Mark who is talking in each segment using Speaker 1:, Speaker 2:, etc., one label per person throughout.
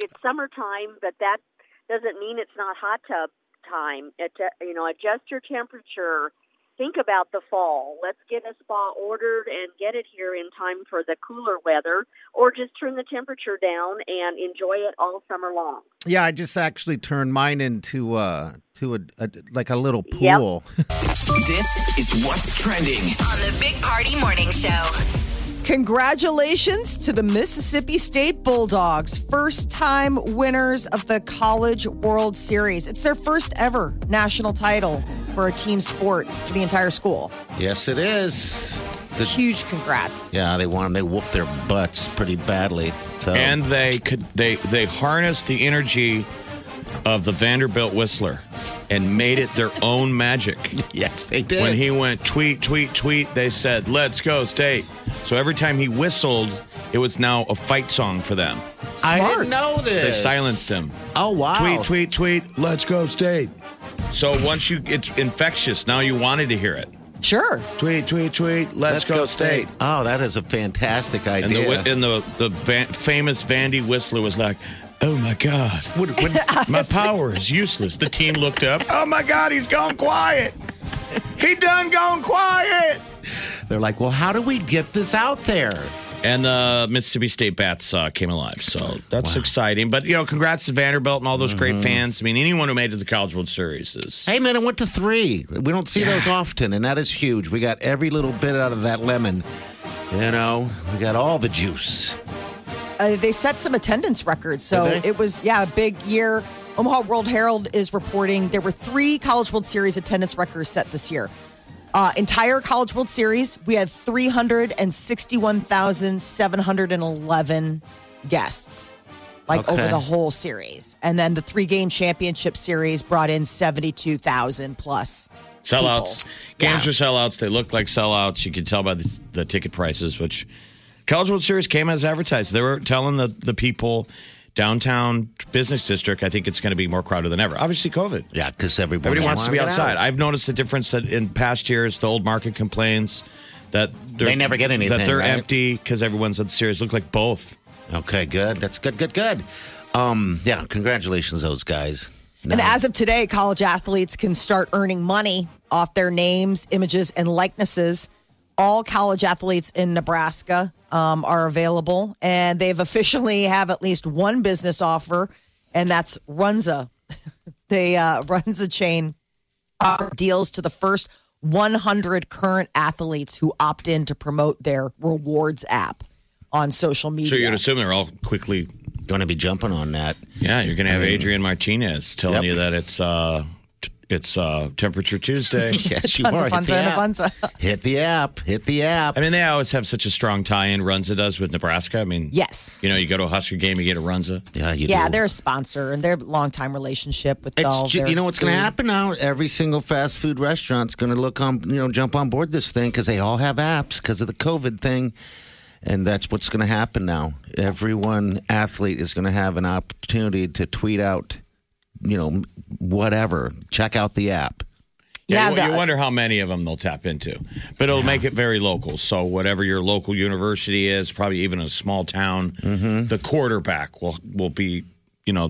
Speaker 1: It's summertime, but that doesn't mean it's not hot tub time. It, you know, adjust your temperature. Think about the fall. Let's get a spa ordered and get it here in time for the cooler weather, or just turn the temperature down and enjoy it all summer long.
Speaker 2: Yeah, I just actually turned mine into uh to a, a like a little
Speaker 1: Yep.
Speaker 2: pool.
Speaker 3: This is what's trending
Speaker 4: on the Big Party Morning Show.
Speaker 5: Congratulations to the Mississippi State Bulldogs, first time winners of the College World Series. It's their first ever national title for a team sport for the entire school.
Speaker 6: Yes, it is. The,
Speaker 5: Huge congrats.
Speaker 6: yeah, they want them. They whoop their butts pretty badly. So.
Speaker 7: and they could they they harnessed the energy of the Vanderbilt Whistler and made it their own magic.
Speaker 6: yes, they did.
Speaker 7: When he went tweet tweet tweet, they said, "Let's go state." So every time he whistled, it was now a fight song for them.
Speaker 6: I
Speaker 5: Smart.
Speaker 6: didn't know this.
Speaker 7: They silenced him.
Speaker 6: Oh wow.
Speaker 7: Tweet tweet tweet, "Let's go state." So once you it's infectious, now you wanted to hear it.
Speaker 5: Sure.
Speaker 7: Tweet tweet tweet, "Let's, go, state.
Speaker 6: Oh, that is a fantastic
Speaker 7: And the
Speaker 6: idea.
Speaker 7: the and the the van, famous Vandy Whistler was like, "Oh my God, what, what, my power is useless." The team looked up. Oh my God, he's gone quiet. He done gone quiet.
Speaker 6: They're like, well, how do we get this out there?
Speaker 7: And the Mississippi State Bats uh, came alive, so that's exciting. But you know, congrats to Vanderbilt and all those great fans. I mean, anyone who made it to the College World Series is
Speaker 6: Hey, man, it went to three. We don't see those often, and that is huge. We got every little bit out of that lemon. You know, we got all the juice.
Speaker 5: Uh, they set some attendance records. So
Speaker 6: Did they?
Speaker 5: it was, yeah, a big year. Omaha World Herald is reporting there were three College World Series attendance records set this year. Uh, entire College World Series, we had 361,711 guests, like
Speaker 6: Okay.
Speaker 5: over the whole series. And then the three game championship series brought in 72,000 plus.
Speaker 7: sellouts.
Speaker 5: people.
Speaker 7: Games were sellouts. They looked like sellouts. You could tell by the, the ticket prices, which College World Series came as advertised. They were telling the, the people downtown business district, I think it's going to be more crowded than ever. Obviously, COVID.
Speaker 6: Yeah, because everybody,
Speaker 7: Everybody wants to be
Speaker 6: wanted it out.
Speaker 7: outside. I've noticed the difference that in past years, the old market complains that they're-
Speaker 6: They never get
Speaker 7: That
Speaker 6: anything,
Speaker 7: they're
Speaker 6: right?
Speaker 7: empty because everyone's at the series. Look like both.
Speaker 6: Okay, good. That's good, good, good. Um, yeah, congratulations, those guys.
Speaker 5: And as of today, college athletes can start earning money off their names, images, and likenesses. All college athletes in Nebraska um, are available, and they've officially have at least one business offer, and that's Runza. they uh, Runza chain offer deals to the first 100 current athletes who opt in to promote their rewards app on social media.
Speaker 7: So you'd assume they're all quickly.
Speaker 6: Going to be jumping on that.
Speaker 7: Yeah, you're going to have Adrian Martinez telling
Speaker 6: Yep.
Speaker 7: you that it's uh, t- it's uh, temperature Tuesday.
Speaker 6: Yes, you
Speaker 5: Funza,
Speaker 6: are. Hit the,
Speaker 5: funza,
Speaker 6: app.
Speaker 5: funza.
Speaker 6: hit the app. Hit the app.
Speaker 7: I mean, they always have such a strong tie-in. Runza does with Nebraska. I mean,
Speaker 5: Yes.
Speaker 7: you know, you go to a Husker game, you get a Runza.
Speaker 6: yeah, you
Speaker 5: Yeah,
Speaker 6: do.
Speaker 5: they're a sponsor and their longtime relationship with all
Speaker 6: It's ju-
Speaker 5: their
Speaker 6: you know what's going to
Speaker 5: food.
Speaker 6: happen now. Every single fast food restaurant's going to look on, you know, jump on board this thing because they all have apps because of the COVID thing, and that's what's going to happen now. Everyone athlete is going to have an opportunity to tweet out, you know, whatever. Check out the app.
Speaker 5: Yeah,
Speaker 7: you,
Speaker 5: the-
Speaker 7: you wonder how many of them they'll tap into, but it'll make it very local. So whatever your local university is, probably even a small town,
Speaker 5: Mm-hmm.
Speaker 7: the quarterback will will be, you know,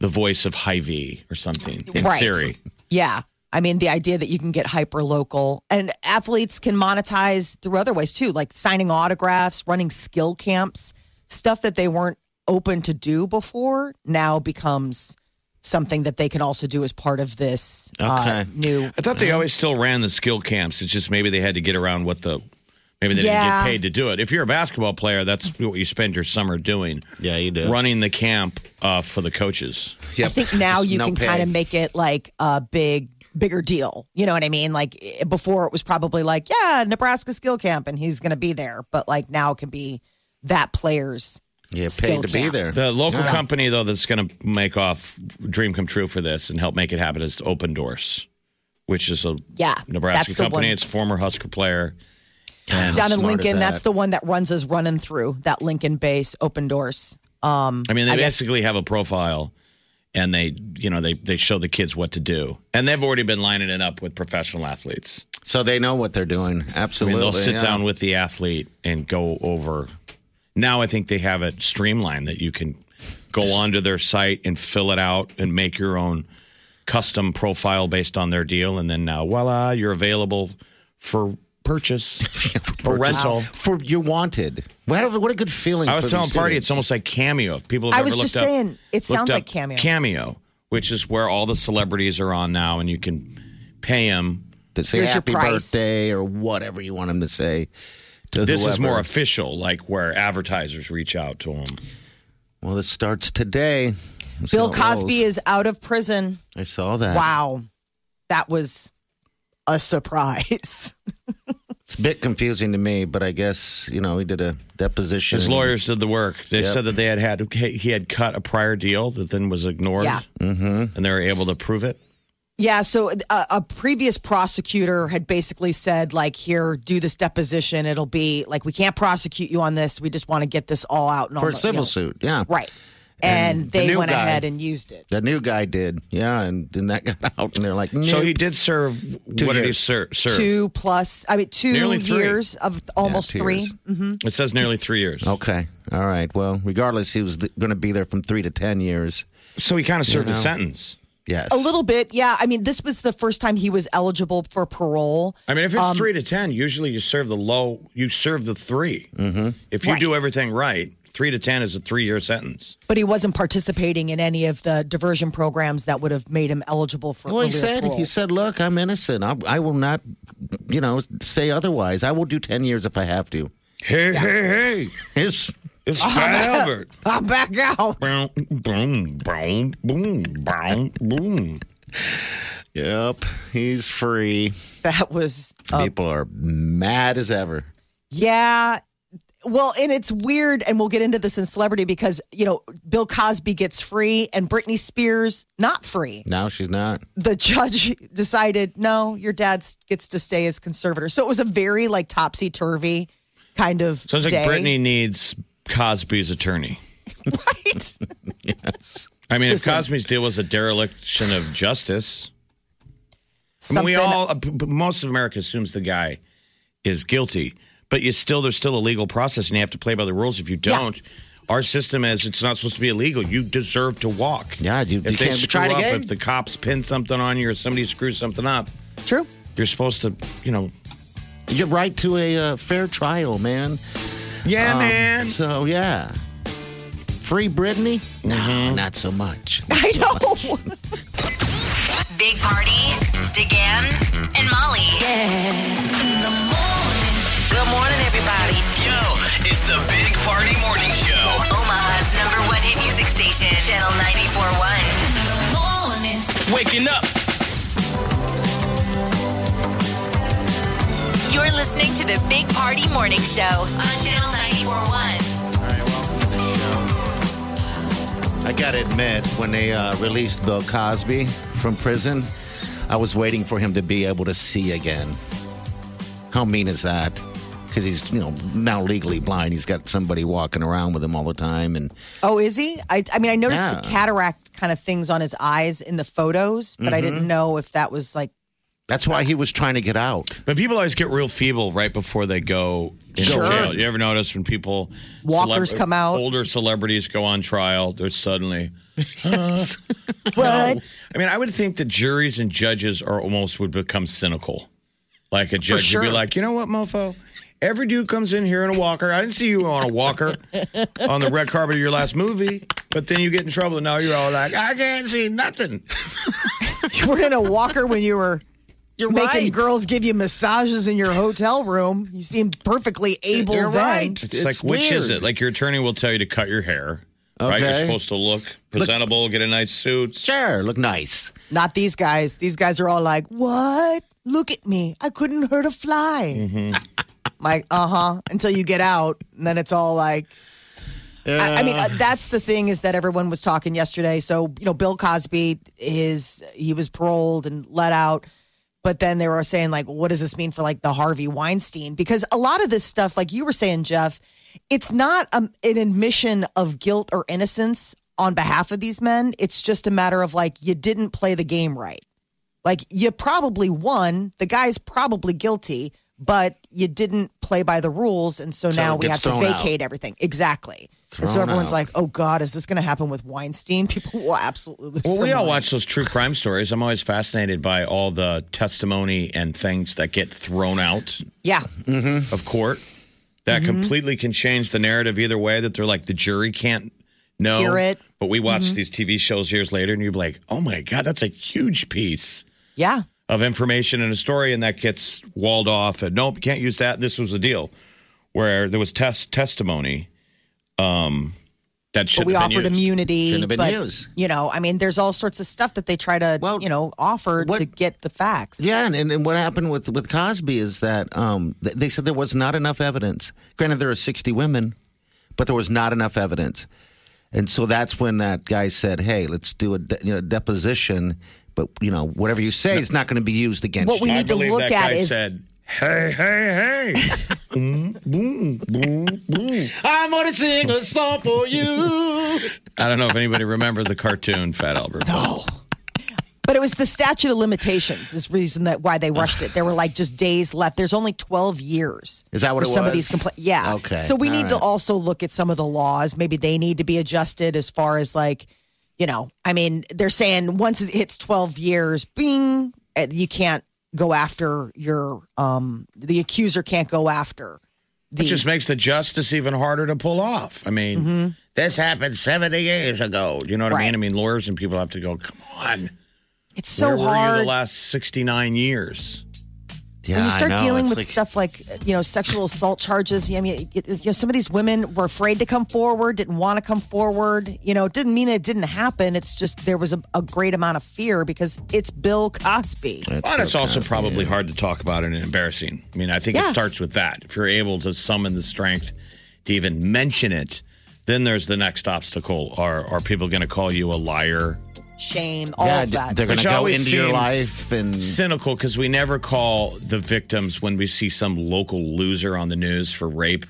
Speaker 7: the voice of Hy-Vee or something in
Speaker 5: Right.
Speaker 7: theory.
Speaker 5: Yeah. I mean, the idea that you can get hyper local and athletes can monetize through other ways too, like signing autographs, running skill camps, stuff that they weren't open to do before now becomes something that they can also do as part of this uh,
Speaker 6: Okay.
Speaker 5: new.
Speaker 7: I thought they always still ran the skill camps. It's just maybe they had to get around what the maybe they
Speaker 5: Yeah.
Speaker 7: didn't get paid to do it. If you're a basketball player, that's what you spend your summer doing.
Speaker 6: Yeah, you do.
Speaker 7: Running the camp uh, for the coaches.
Speaker 6: Yep.
Speaker 5: I think now
Speaker 6: Just
Speaker 5: you
Speaker 6: no
Speaker 5: can
Speaker 6: pay.
Speaker 5: kind of make it like a big, bigger deal. You know what I mean? Like eh, before it was probably like, yeah, Nebraska skill camp and he's going to be there. But like now it can be that player's
Speaker 6: Yeah,
Speaker 5: Skill
Speaker 6: paid to be
Speaker 5: camp.
Speaker 6: there.
Speaker 7: The local
Speaker 6: Yeah.
Speaker 7: company, though, that's going to make off dream come true for this and help make it happen is Open Doors, which is a
Speaker 5: Yeah,
Speaker 7: Nebraska
Speaker 5: that's the
Speaker 7: company.
Speaker 5: one.
Speaker 7: It's former Husker player.
Speaker 6: How
Speaker 5: It's down in
Speaker 6: smart is
Speaker 5: Lincoln.
Speaker 6: that?
Speaker 5: That's the one that runs as running through that Lincoln base open doors. Um,
Speaker 7: I mean, they
Speaker 5: I guess-
Speaker 7: basically have a profile, and they, you know, they they show the kids what to do, and they've already been lining it up with professional athletes.
Speaker 6: So they know what they're doing.
Speaker 7: I mean,
Speaker 6: Absolutely.
Speaker 7: they'll sit
Speaker 6: yeah.
Speaker 7: down with the athlete and go over. Now I think they have it streamlined that you can go onto their site and fill it out and make your own custom profile based on their deal, and then now voila, you're available for purchase for rental.
Speaker 6: for you're wanted. What a, what a good feeling.
Speaker 7: I was
Speaker 6: for
Speaker 7: telling
Speaker 6: these
Speaker 7: Party,
Speaker 6: students.
Speaker 7: it's almost like Cameo. If people have
Speaker 5: I
Speaker 7: ever
Speaker 5: was
Speaker 7: looked
Speaker 5: just
Speaker 7: up-
Speaker 5: saying, it
Speaker 7: looked
Speaker 5: sounds
Speaker 7: up
Speaker 5: like Cameo.
Speaker 7: Cameo, which is where all the celebrities are on now, and you can pay them.
Speaker 6: to say
Speaker 5: Here's your
Speaker 6: happy
Speaker 5: price.
Speaker 6: birthday or whatever you want them to say. To
Speaker 7: This is
Speaker 6: whoever.
Speaker 7: more official, like where advertisers reach out to them.
Speaker 6: well, this starts today. Let's see
Speaker 5: Bill
Speaker 6: how it
Speaker 5: Cosby
Speaker 6: rolls.
Speaker 5: is out of prison.
Speaker 6: I saw that.
Speaker 5: Wow, that was a surprise.
Speaker 6: It's a bit confusing to me, but I guess you know he did a deposition.
Speaker 7: His lawyers did the work. They
Speaker 6: Yep.
Speaker 7: said that they had had he had cut a prior deal that then was ignored,
Speaker 5: Yeah.
Speaker 7: and they were able to prove it.
Speaker 5: Yeah, so a, a previous prosecutor had basically said, like, here, do this deposition. It'll be like, we can't prosecute you on this. We just want to get this all out. And all
Speaker 6: for a
Speaker 5: the-
Speaker 6: civil
Speaker 5: you know.
Speaker 6: suit. Yeah,
Speaker 5: Right. And,
Speaker 6: And the
Speaker 5: they
Speaker 6: new
Speaker 5: went
Speaker 6: guy-
Speaker 5: ahead and used it.
Speaker 6: The new guy did. Yeah, and then that got out, and they're like,
Speaker 7: So
Speaker 6: nope.
Speaker 7: he did serve.
Speaker 6: Two
Speaker 7: what did he
Speaker 6: years.
Speaker 7: ser- serve?
Speaker 5: Two plus, I mean, two
Speaker 7: Nearly three.
Speaker 5: years of almost
Speaker 6: two
Speaker 5: three.
Speaker 6: years.
Speaker 7: It says nearly three years.
Speaker 6: Okay. All right. Well, regardless, he was going to be there from three to ten years.
Speaker 7: So he kind of served
Speaker 6: You know.
Speaker 7: a sentence.
Speaker 6: Yes.
Speaker 5: A little bit, yeah. I mean, this was the first time he was eligible for parole.
Speaker 7: I mean, if
Speaker 5: Um,
Speaker 7: it's three to ten, usually you serve the low. You serve the 3 Mm-hmm. If you
Speaker 5: Right.
Speaker 7: do everything right, three to ten is a three-year sentence.
Speaker 5: But he wasn't participating in any of the diversion programs that would have made him eligible for.
Speaker 6: Well, he
Speaker 5: earlier
Speaker 6: said,
Speaker 5: parole.
Speaker 6: he said, look, I'm innocent. I, I will not, you know, say otherwise. I will do 10 years if I have to.
Speaker 7: Hey, hey, hey!
Speaker 6: It's,
Speaker 7: It's Fat Albert.
Speaker 5: "I'm Uh-huh. Uh, back out."
Speaker 7: Boom, boom, boom, boom, boom, boom.
Speaker 6: yep, he's free.
Speaker 5: That was, uh,
Speaker 6: People are mad as ever.
Speaker 5: yeah. Well, and it's weird, and we'll get into this in celebrity because you know Bill Cosby gets free and Britney Spears not free.
Speaker 6: No, she's not.
Speaker 5: the judge decided, no, your dad gets to stay as conservator. So it was a very like topsy turvy kind of
Speaker 7: Sounds
Speaker 5: day.
Speaker 7: like Brittany needs Cosby's attorney.
Speaker 5: right?
Speaker 7: I mean,
Speaker 5: Listen.
Speaker 7: if Cosby's deal was a dereliction of justice, I mean,
Speaker 5: Something
Speaker 7: we all, uh, p- p- most of America assumes the guy is guilty, but you still, there's still a legal process and you have to play by the rules. If you don't, our system is it's not supposed to be illegal. You deserve to walk.
Speaker 6: Yeah, you-
Speaker 7: if
Speaker 6: you
Speaker 7: they
Speaker 6: can't be
Speaker 7: screw
Speaker 6: tried
Speaker 7: up,
Speaker 6: again.
Speaker 7: if the cops pin something on you or somebody screws something up,
Speaker 5: true.
Speaker 7: you're supposed to, you know,
Speaker 6: You're right to a uh, fair trial, man. Um,
Speaker 7: yeah, man.
Speaker 6: So, yeah. Free Britney? No, not so much.
Speaker 5: I know.
Speaker 4: Big Party, DeGan, and Molly. In the morning. Good morning, everybody.
Speaker 3: Yo, it's the Big Party Morning Show.
Speaker 4: Omaha's number one hit music station, Channel 941. In the morning.
Speaker 3: Waking up.
Speaker 4: You're listening to the Big Party Morning Show on Channel 941.
Speaker 6: I gotta admit, when they uh, released Bill Cosby from prison, I was waiting for him to be able to see again. How mean is that? Because he's, you know, now legally blind. He's got somebody walking around with him all the time, and
Speaker 5: oh, is he? I, I mean, I noticed
Speaker 6: Yeah.
Speaker 5: cataract kind of things on his eyes in the photos, but I
Speaker 7: Mm-hmm.
Speaker 5: didn't know if that was like
Speaker 6: that's why he was trying to get out.
Speaker 7: But people always get real feeble right before they go in
Speaker 5: Sure.
Speaker 7: jail. You ever notice when people
Speaker 5: Walkers come out.
Speaker 7: older celebrities go on trial, they're suddenly.
Speaker 5: what?
Speaker 7: I mean, I would think that juries and judges are almost would become cynical. Like a judge would
Speaker 5: sure.
Speaker 7: be like, you know what, mofo. Every dude comes in here in a walker. I didn't see you on a walker on the red carpet of your last movie, but then you get in trouble. And now you're all like, I can't see nothing.
Speaker 5: You were in a walker when you were.
Speaker 6: You're
Speaker 5: Making girls give you massages in your hotel room. You seem perfectly able
Speaker 6: You're
Speaker 5: then.
Speaker 6: right.
Speaker 7: It's, like, which is it?
Speaker 6: weird.
Speaker 7: Like your attorney will tell you to cut your hair. Right? You're
Speaker 6: Okay.
Speaker 7: supposed to look presentable, get a nice suit,
Speaker 6: Sure, look nice.
Speaker 5: Not these guys. These guys are all like, "What? Look at me! I couldn't hurt a
Speaker 6: Mm-hmm.
Speaker 5: uh-huh. fly." Like, uh huh. Until you get out, and then it's all like, I, I mean, uh, that's the thing is that everyone was talking yesterday. So you know, Bill Cosby, his he was paroled and let out, but then they were saying like, what does this mean for like the Harvey Weinstein? Because a lot of this stuff, like you were saying, Jeff, it's not um, an admission of guilt or innocence on behalf of these men. It's just a matter of like you didn't play the game right. Like you probably won. The guy's probably guilty, but you didn't play by the rules, and so,
Speaker 6: So
Speaker 5: now
Speaker 6: it
Speaker 5: we
Speaker 6: gets
Speaker 5: have to
Speaker 6: thrown out.
Speaker 5: vacate everything. Exactly. and so
Speaker 6: Thrown
Speaker 5: everyone's
Speaker 6: out.
Speaker 5: like, "Oh God, is this going to happen with Weinstein?" People will absolutely lose.
Speaker 7: Well,
Speaker 5: their
Speaker 7: we all
Speaker 5: mind.
Speaker 7: watch those true crime stories. I'm always fascinated by all the testimony and things that get thrown out
Speaker 5: Yeah,
Speaker 7: of court that completely can change the narrative either way. That they're like the jury can't know
Speaker 5: Hear it.
Speaker 7: But we watch these TV shows years later, and you're like, "Oh my god, that's a huge piece
Speaker 5: yeah,
Speaker 7: of information in a story," and that gets walled off. And nope, can't use that. This was a deal where there was test testimony um, that should
Speaker 5: but we
Speaker 7: have been
Speaker 5: offered
Speaker 7: used.
Speaker 5: immunity.
Speaker 6: Shouldn't have been
Speaker 5: but,
Speaker 6: used.
Speaker 5: You know, I mean, there's all sorts of stuff that they try to,
Speaker 6: Well,
Speaker 5: you know, offer
Speaker 6: what-
Speaker 5: to get the facts.
Speaker 6: Yeah, and, and, and what happened with, with Cosby is that um, th- they said there was not enough evidence. Granted, there are 60 women, but there was not enough evidence. And so that's when that guy said, hey, let's do a de- you know, deposition, but, you know, whatever you say is not going to be used against
Speaker 5: What we
Speaker 6: you.
Speaker 7: I
Speaker 5: need to
Speaker 7: believe
Speaker 5: look
Speaker 7: that
Speaker 5: at
Speaker 7: guy
Speaker 5: is-
Speaker 7: said, "Hey, hey, hey."
Speaker 6: I'm going to sing a song for you.
Speaker 7: I don't know if anybody remembered the cartoon Fat Albert.
Speaker 5: But it was the statute of limitations is reason that why they rushed it. There were like just days left. There's only 12 years.
Speaker 6: Is that what
Speaker 5: for
Speaker 6: it
Speaker 5: some of
Speaker 6: was?
Speaker 5: these compla- Yeah.
Speaker 6: Okay.
Speaker 5: So we
Speaker 6: All
Speaker 5: need to
Speaker 6: right.
Speaker 5: also look at some of the laws. Maybe they need to be adjusted as far as like, you know, I mean, they're saying once it hits 12 years, bing, eh, you can't go after your um the accuser can't go after the
Speaker 7: It just makes the justice even harder to pull off. I mean, this happened 70 years ago. You know what I
Speaker 5: Mm-hmm. Right.
Speaker 7: mean? I mean, lawyers and people have to go, come on.
Speaker 5: It's so
Speaker 7: Where were you
Speaker 5: hard.
Speaker 7: the last 69 years?
Speaker 6: Yeah,
Speaker 5: when you
Speaker 6: I
Speaker 5: start
Speaker 6: know.
Speaker 5: dealing
Speaker 6: It's
Speaker 5: with
Speaker 6: like-
Speaker 5: stuff like you know sexual assault charges, I mean, it- it- you know, some of these women were afraid to come forward, didn't want to come forward. You know, it didn't mean it didn't happen. It's just there was a, a great amount of fear because it's Bill Cosby.
Speaker 7: But it's also probably hard to talk about and embarrassing. I mean, I think
Speaker 5: Yeah.
Speaker 7: it starts with that. If you're able to summon the strength to even mention it, then there's the next obstacle. Are, are people going to call you a liar?
Speaker 5: Shame, all
Speaker 6: Yeah,
Speaker 5: of
Speaker 6: d-
Speaker 5: that.
Speaker 6: they're going to
Speaker 7: Which
Speaker 6: go
Speaker 7: always
Speaker 6: into your
Speaker 7: seems
Speaker 6: life and
Speaker 7: cynical because we never call the victims when we see some local loser on the news for rape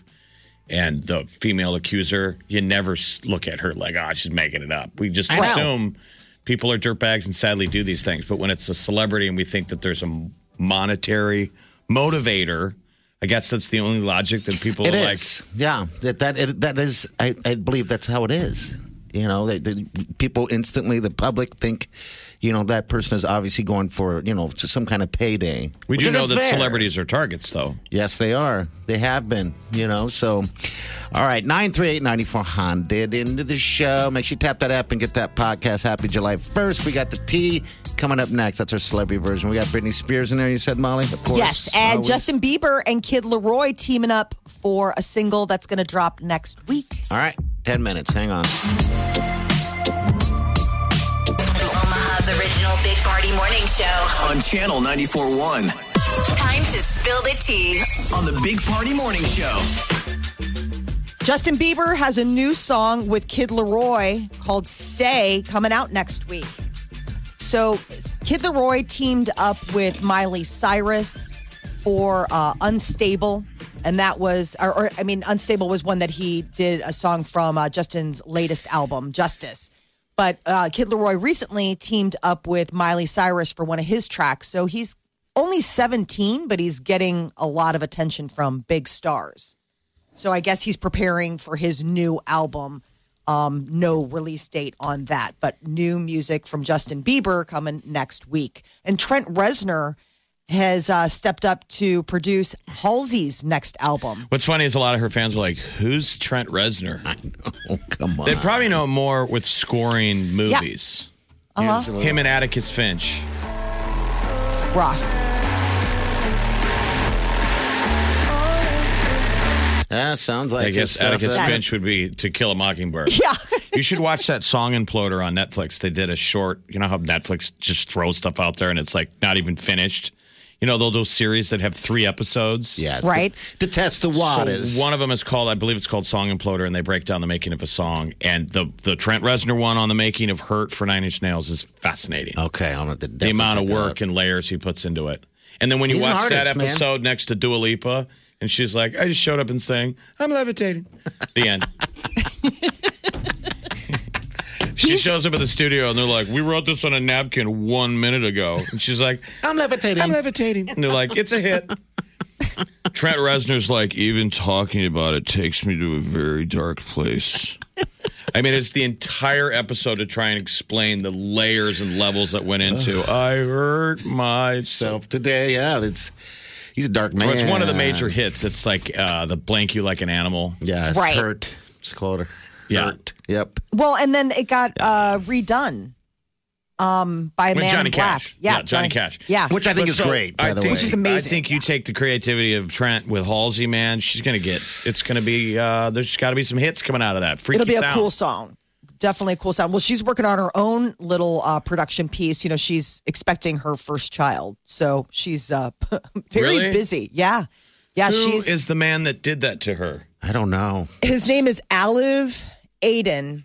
Speaker 7: and the female accuser. You never s- look at her like, oh, she's making it up. We just
Speaker 6: I know.
Speaker 7: assume people are dirtbags and sadly do these things. But when it's a celebrity and we think that there's a monetary motivator, I guess that's the only logic that people
Speaker 6: It
Speaker 7: are
Speaker 6: is,
Speaker 7: like,
Speaker 6: yeah. That that it, that is. I, I believe that's how it is. You know, they, they, people instantly, the public think, you know, that person is obviously going for you know some kind of payday.
Speaker 7: we
Speaker 6: which
Speaker 7: do know
Speaker 6: isn't
Speaker 7: that
Speaker 6: fair.
Speaker 7: celebrities are targets, though.
Speaker 6: Yes, they are. They have been. You know. So, all right, nine three eight ninety four hundred into E the show. Make sure you tap that app and get that podcast. Happy July first. We got the tea coming up next. That's our celebrity version. We got Britney Spears in there. You said Molly, of course.
Speaker 5: yes, and
Speaker 6: Always.
Speaker 5: Justin Bieber and Kid Leroy teaming up for a single that's going to drop next week.
Speaker 6: All right, ten minutes. Hang on.
Speaker 4: Omaha's original Big Party Morning Show.
Speaker 3: On Channel 94.1.
Speaker 4: Time to spill the tea.
Speaker 3: On the Big Party Morning Show.
Speaker 5: Justin Bieber has a new song with Kid Leroy called Stay coming out next week. So, Kid Leroy teamed up with Miley Cyrus for uh, Unstable. And that was, or, or I mean, Unstable was one that he did a song from uh, Justin's latest album, Justice. But uh, Kid Leroy recently teamed up with Miley Cyrus for one of his tracks. So he's only 17, but he's getting a lot of attention from big stars. So I guess he's preparing for his new album. Um, no release date on that, but new music from Justin Bieber coming next week. And Trent Reznor has uh, stepped up to produce Halsey's next album.
Speaker 7: What's funny is a lot of her fans were like, who's Trent Reznor?
Speaker 6: Oh come on.
Speaker 7: They probably know more with scoring movies.
Speaker 6: Uh-huh.
Speaker 7: Him and Atticus Finch.
Speaker 5: Ross.
Speaker 6: Yeah, sounds like
Speaker 7: I guess
Speaker 6: his stuff.
Speaker 7: Atticus
Speaker 6: That's-
Speaker 7: Finch would be To Kill a Mockingbird.
Speaker 5: Yeah.
Speaker 7: you should watch that song Imploder on Netflix. They did a short, you know how Netflix just throws stuff out there and it's like not even finished? You know, they'll do series that have three episodes.
Speaker 6: Yes.
Speaker 5: Right.
Speaker 6: To, to test the waters.
Speaker 7: So one of them is called, I believe it's called Song Imploder, and they break down the making of a song. And the the Trent Reznor one on the making of Hurt for Nine Inch Nails is fascinating.
Speaker 6: Okay, I'm at the
Speaker 7: the amount of work and layers he puts into it. And then when you
Speaker 6: He's an
Speaker 7: watch that
Speaker 6: artist, man.
Speaker 7: episode next to Dua Lipa, and she's like, "I just showed up and sang. I'm levitating." The end. she shows up at the studio, and they're like, "We wrote this on a napkin one minute ago," and she's like,
Speaker 6: I'm levitating.
Speaker 7: I'm levitating. And they're like, it's a hit. Trent Reznor's like, even talking about it takes me to a very dark place. I mean, it's the entire episode to try and explain the layers and levels that went into I hurt myself.
Speaker 6: Self today. Yeah, it's he's a dark man.
Speaker 7: Well, it's one of the major hits. It's like uh, the blank you like an animal.
Speaker 6: Yeah, it's
Speaker 5: Right.
Speaker 6: hurt. It's called
Speaker 7: Yeah.
Speaker 6: hurt. Yep.
Speaker 5: Well, and then it got uh, redone um, by a
Speaker 7: When
Speaker 5: man
Speaker 7: Johnny
Speaker 5: in black.
Speaker 7: Cash. Yeah, Johnny Cash.
Speaker 5: Yeah,
Speaker 6: Which I think
Speaker 7: But
Speaker 6: is
Speaker 7: so,
Speaker 6: great, by
Speaker 7: I
Speaker 6: the
Speaker 7: think-
Speaker 6: way.
Speaker 5: Which is amazing.
Speaker 7: I think you take the creativity of Trent with Halsey, man. She's gonna get. It's gonna be. Uh, there's got to be some hits coming out of that. Freaky
Speaker 5: it'll be a
Speaker 7: sound.
Speaker 5: cool song. Definitely a cool sound. Well, she's working on her own little uh, production piece. You know, she's expecting her first child, so she's uh, very
Speaker 7: Really?
Speaker 5: busy. Yeah, yeah.
Speaker 7: Who
Speaker 5: she's
Speaker 7: is the man that did that to her?
Speaker 6: I don't know.
Speaker 5: his name is Aliv Aiden.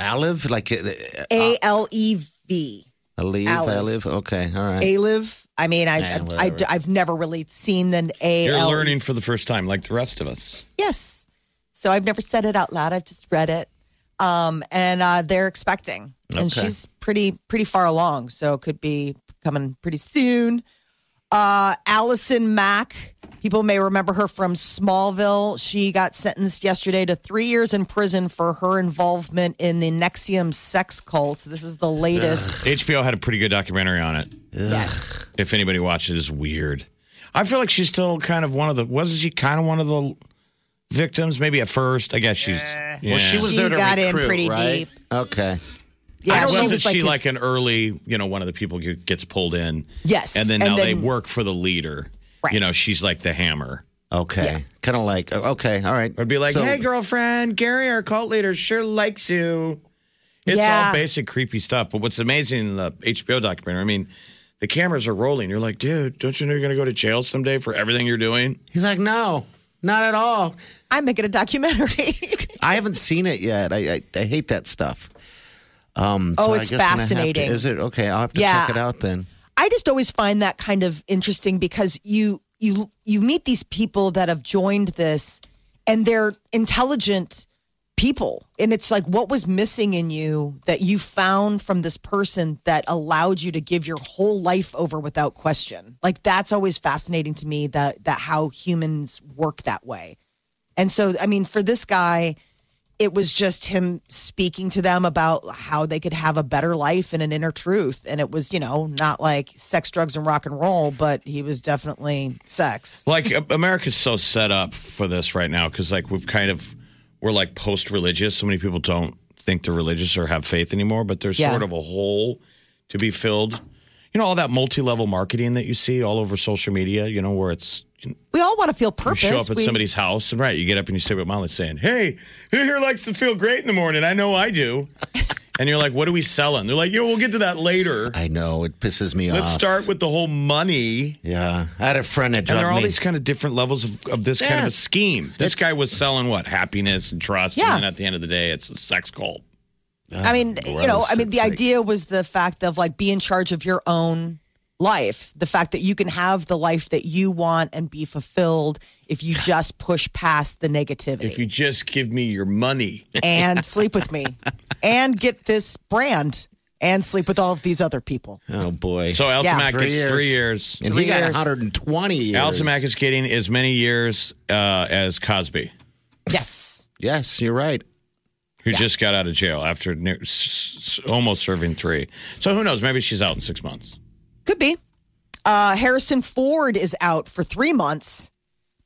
Speaker 6: Olive, like uh, uh,
Speaker 5: A L E V.
Speaker 6: Olive,
Speaker 5: Olive.
Speaker 6: Olive. Okay, all right.
Speaker 5: Aliv. I mean, I,
Speaker 6: Yeah,
Speaker 5: I,
Speaker 6: whatever.
Speaker 5: I, have never really seen an A.
Speaker 7: You're
Speaker 5: L E-
Speaker 7: learning for the first time, like the rest of us.
Speaker 5: Yes. So I've never said it out loud. I've just read it. Um, and uh, they're expecting, and
Speaker 6: Okay.
Speaker 5: she's pretty pretty far along, so it could be coming pretty soon. Uh, Allison Mack, people may remember her from Smallville. She got sentenced yesterday to three years in prison for her involvement in the Nexium sex cult. This is the latest.
Speaker 7: HBO had a pretty good documentary on it.
Speaker 5: Yes.
Speaker 7: If anybody watched it, it's weird. I feel like she's still kind of one of the. Wasn't she kind of one of the victims? Maybe at first. I guess she's. yeah.
Speaker 6: Well, she was
Speaker 5: She
Speaker 6: there to
Speaker 5: got in
Speaker 6: recruit,
Speaker 5: pretty
Speaker 6: right?
Speaker 5: deep.
Speaker 6: Okay.
Speaker 5: Yeah,
Speaker 7: wasn't she, like,
Speaker 5: his-
Speaker 7: an early, you know, one of the people who gets pulled in?
Speaker 5: Yes,
Speaker 7: And then
Speaker 5: and
Speaker 7: now they
Speaker 5: then-
Speaker 7: work for the leader.
Speaker 5: Right.
Speaker 7: You know, she's like the hammer.
Speaker 6: Okay. Kind of like, uh, okay, all right.
Speaker 7: Or be like,
Speaker 6: So-
Speaker 7: hey, girlfriend, Gary, our cult leader, sure likes you. It's
Speaker 5: Yeah.
Speaker 7: all basic creepy stuff. But what's amazing in the HBO documentary, I mean, the cameras are rolling. You're like, dude, don't you know you're going to go to jail someday for everything you're doing?
Speaker 6: He's like, no, not at all.
Speaker 5: I'm making a documentary.
Speaker 6: I haven't seen it yet. I I, I hate that stuff. Um,
Speaker 5: Oh,
Speaker 6: I
Speaker 5: it's
Speaker 6: guess I'm gonna have to-
Speaker 5: fascinating.
Speaker 6: is it okay? I'll have to
Speaker 5: Yeah.
Speaker 6: check it out then.
Speaker 5: I just always find that kind of interesting because you you you meet these people that have joined this and they're intelligent people and it's like what was missing in you that you found from this person that allowed you to give your whole life over without question like that's always fascinating to me that that how humans work that way and so i mean for this guy it was just him speaking to them about how they could have a better life and an inner truth. And it was, you know, not like sex, drugs, and rock and roll, but he was definitely sex.
Speaker 7: Like, A- America's so set up for this right now because, like, we've kind of, we're like post religious. So many people don't think they're religious or have faith anymore, but there's
Speaker 5: Yeah.
Speaker 7: sort of a hole to be filled. You know, all that multi level marketing that you see all over social media, you know, where it's,
Speaker 5: We all want to feel
Speaker 7: You
Speaker 5: purpose.
Speaker 7: show up at
Speaker 5: We-
Speaker 7: somebody's house, and right, you get up and you say what Molly's saying. Hey, who here likes to feel great in the morning? I know I do. and you're like, what are we selling? They're like, yeah, we'll get to that later.
Speaker 6: I know it pisses me
Speaker 7: Let's
Speaker 6: off.
Speaker 7: start with the whole money.
Speaker 6: Yeah, I had a friend that
Speaker 7: And there are
Speaker 6: drugged
Speaker 7: all
Speaker 6: me.
Speaker 7: these kind of different levels of, of this kind of
Speaker 6: Yes.
Speaker 7: a scheme. This
Speaker 6: It's-
Speaker 7: guy was selling what? Happiness and trust.
Speaker 5: Yeah.
Speaker 7: And then at the end of the day, it's a sex cult.
Speaker 5: I mean, you know, I mean, the
Speaker 6: It's like-
Speaker 5: idea was the fact of like be in charge of your own life, the fact that you can have the life that you want and be fulfilled if you just push past the negativity.
Speaker 7: If you just give me your money.
Speaker 5: and sleep with me and get this brand and sleep with all of these other people.
Speaker 6: Oh boy.
Speaker 7: So Alison
Speaker 5: Yeah.
Speaker 7: Mack
Speaker 6: Three
Speaker 7: gets three years.
Speaker 6: and
Speaker 5: Three
Speaker 6: he got
Speaker 5: years.
Speaker 6: 120 years.
Speaker 7: Alison Mack is getting as many years uh, as Cosby.
Speaker 5: Yes.
Speaker 6: Yes, you're right.
Speaker 7: who just got out of jail after near, s- s- almost serving three. So who knows? Maybe she's out in six months.
Speaker 5: Could be. Uh, Harrison Ford is out for three months.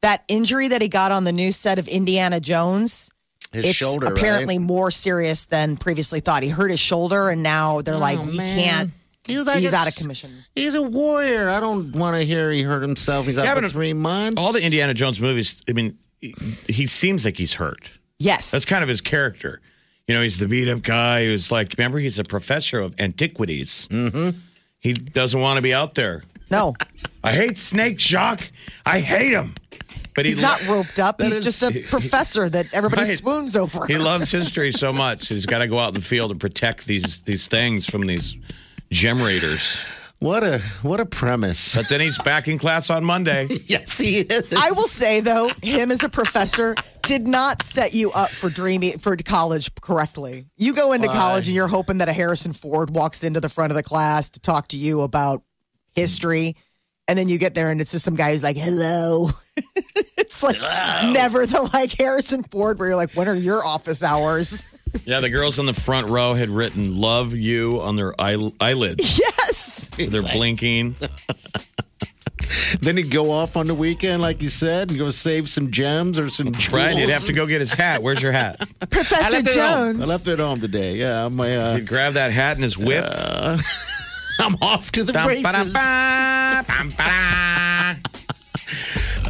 Speaker 5: That injury that he got on the new set of Indiana Jones,
Speaker 6: His
Speaker 5: it's
Speaker 6: shoulder. right?
Speaker 5: apparently more serious than previously thought. He hurt his shoulder, and now they're like, he
Speaker 6: Oh, man.
Speaker 5: can't.
Speaker 6: He's, like
Speaker 5: He's
Speaker 6: a-
Speaker 5: out of commission.
Speaker 6: He's a warrior. I don't want to hear he hurt himself. He's out
Speaker 7: Yeah,
Speaker 6: for
Speaker 7: but
Speaker 6: three months.
Speaker 7: All the Indiana Jones movies. I mean, he- he seems like he's hurt.
Speaker 5: Yes.
Speaker 7: That's kind of his character. You know, he's the beat up guy who's like, remember, he's a professor of antiquities. Mm-hmm. He doesn't want to be out there.
Speaker 5: No,
Speaker 7: I hate Snake Jock. I hate him. But he
Speaker 5: he's
Speaker 7: lo-
Speaker 5: not roped up.
Speaker 7: That
Speaker 5: He's
Speaker 7: is-
Speaker 5: just a professor that everybody
Speaker 7: Right.
Speaker 5: swoons over.
Speaker 7: He loves history so much. He's got to go out in the field and protect these these things from these generators.
Speaker 6: What a what a premise.
Speaker 7: But then he's back in class on Monday.
Speaker 6: yes, he is.
Speaker 5: I will say though, him as a professor did not set you up for dreaming for college correctly. You go into college and you're hoping that a Harrison Ford walks into the front of the class to talk to you about history, and then you get there and it's just some guy who's like, "Hello." it's like never the like Harrison Ford where you're like, "When are your office hours?"
Speaker 7: Yeah, the girls in the front row had written "Love You" on their eye- eyelids.
Speaker 5: yes.
Speaker 7: They're blinking.
Speaker 6: Then he'd go off on the weekend, like you said, and go save some gems or some jewels.
Speaker 7: Right? He'd have to go get his hat. Where's your hat?
Speaker 5: Professor
Speaker 6: I
Speaker 5: Jones.
Speaker 6: left it home today. Yeah, I'm, uh,
Speaker 7: He'd grab that hat and his whip.
Speaker 6: I'm off to the races.
Speaker 7: Dum-ba-da-ba, bum-ba-da.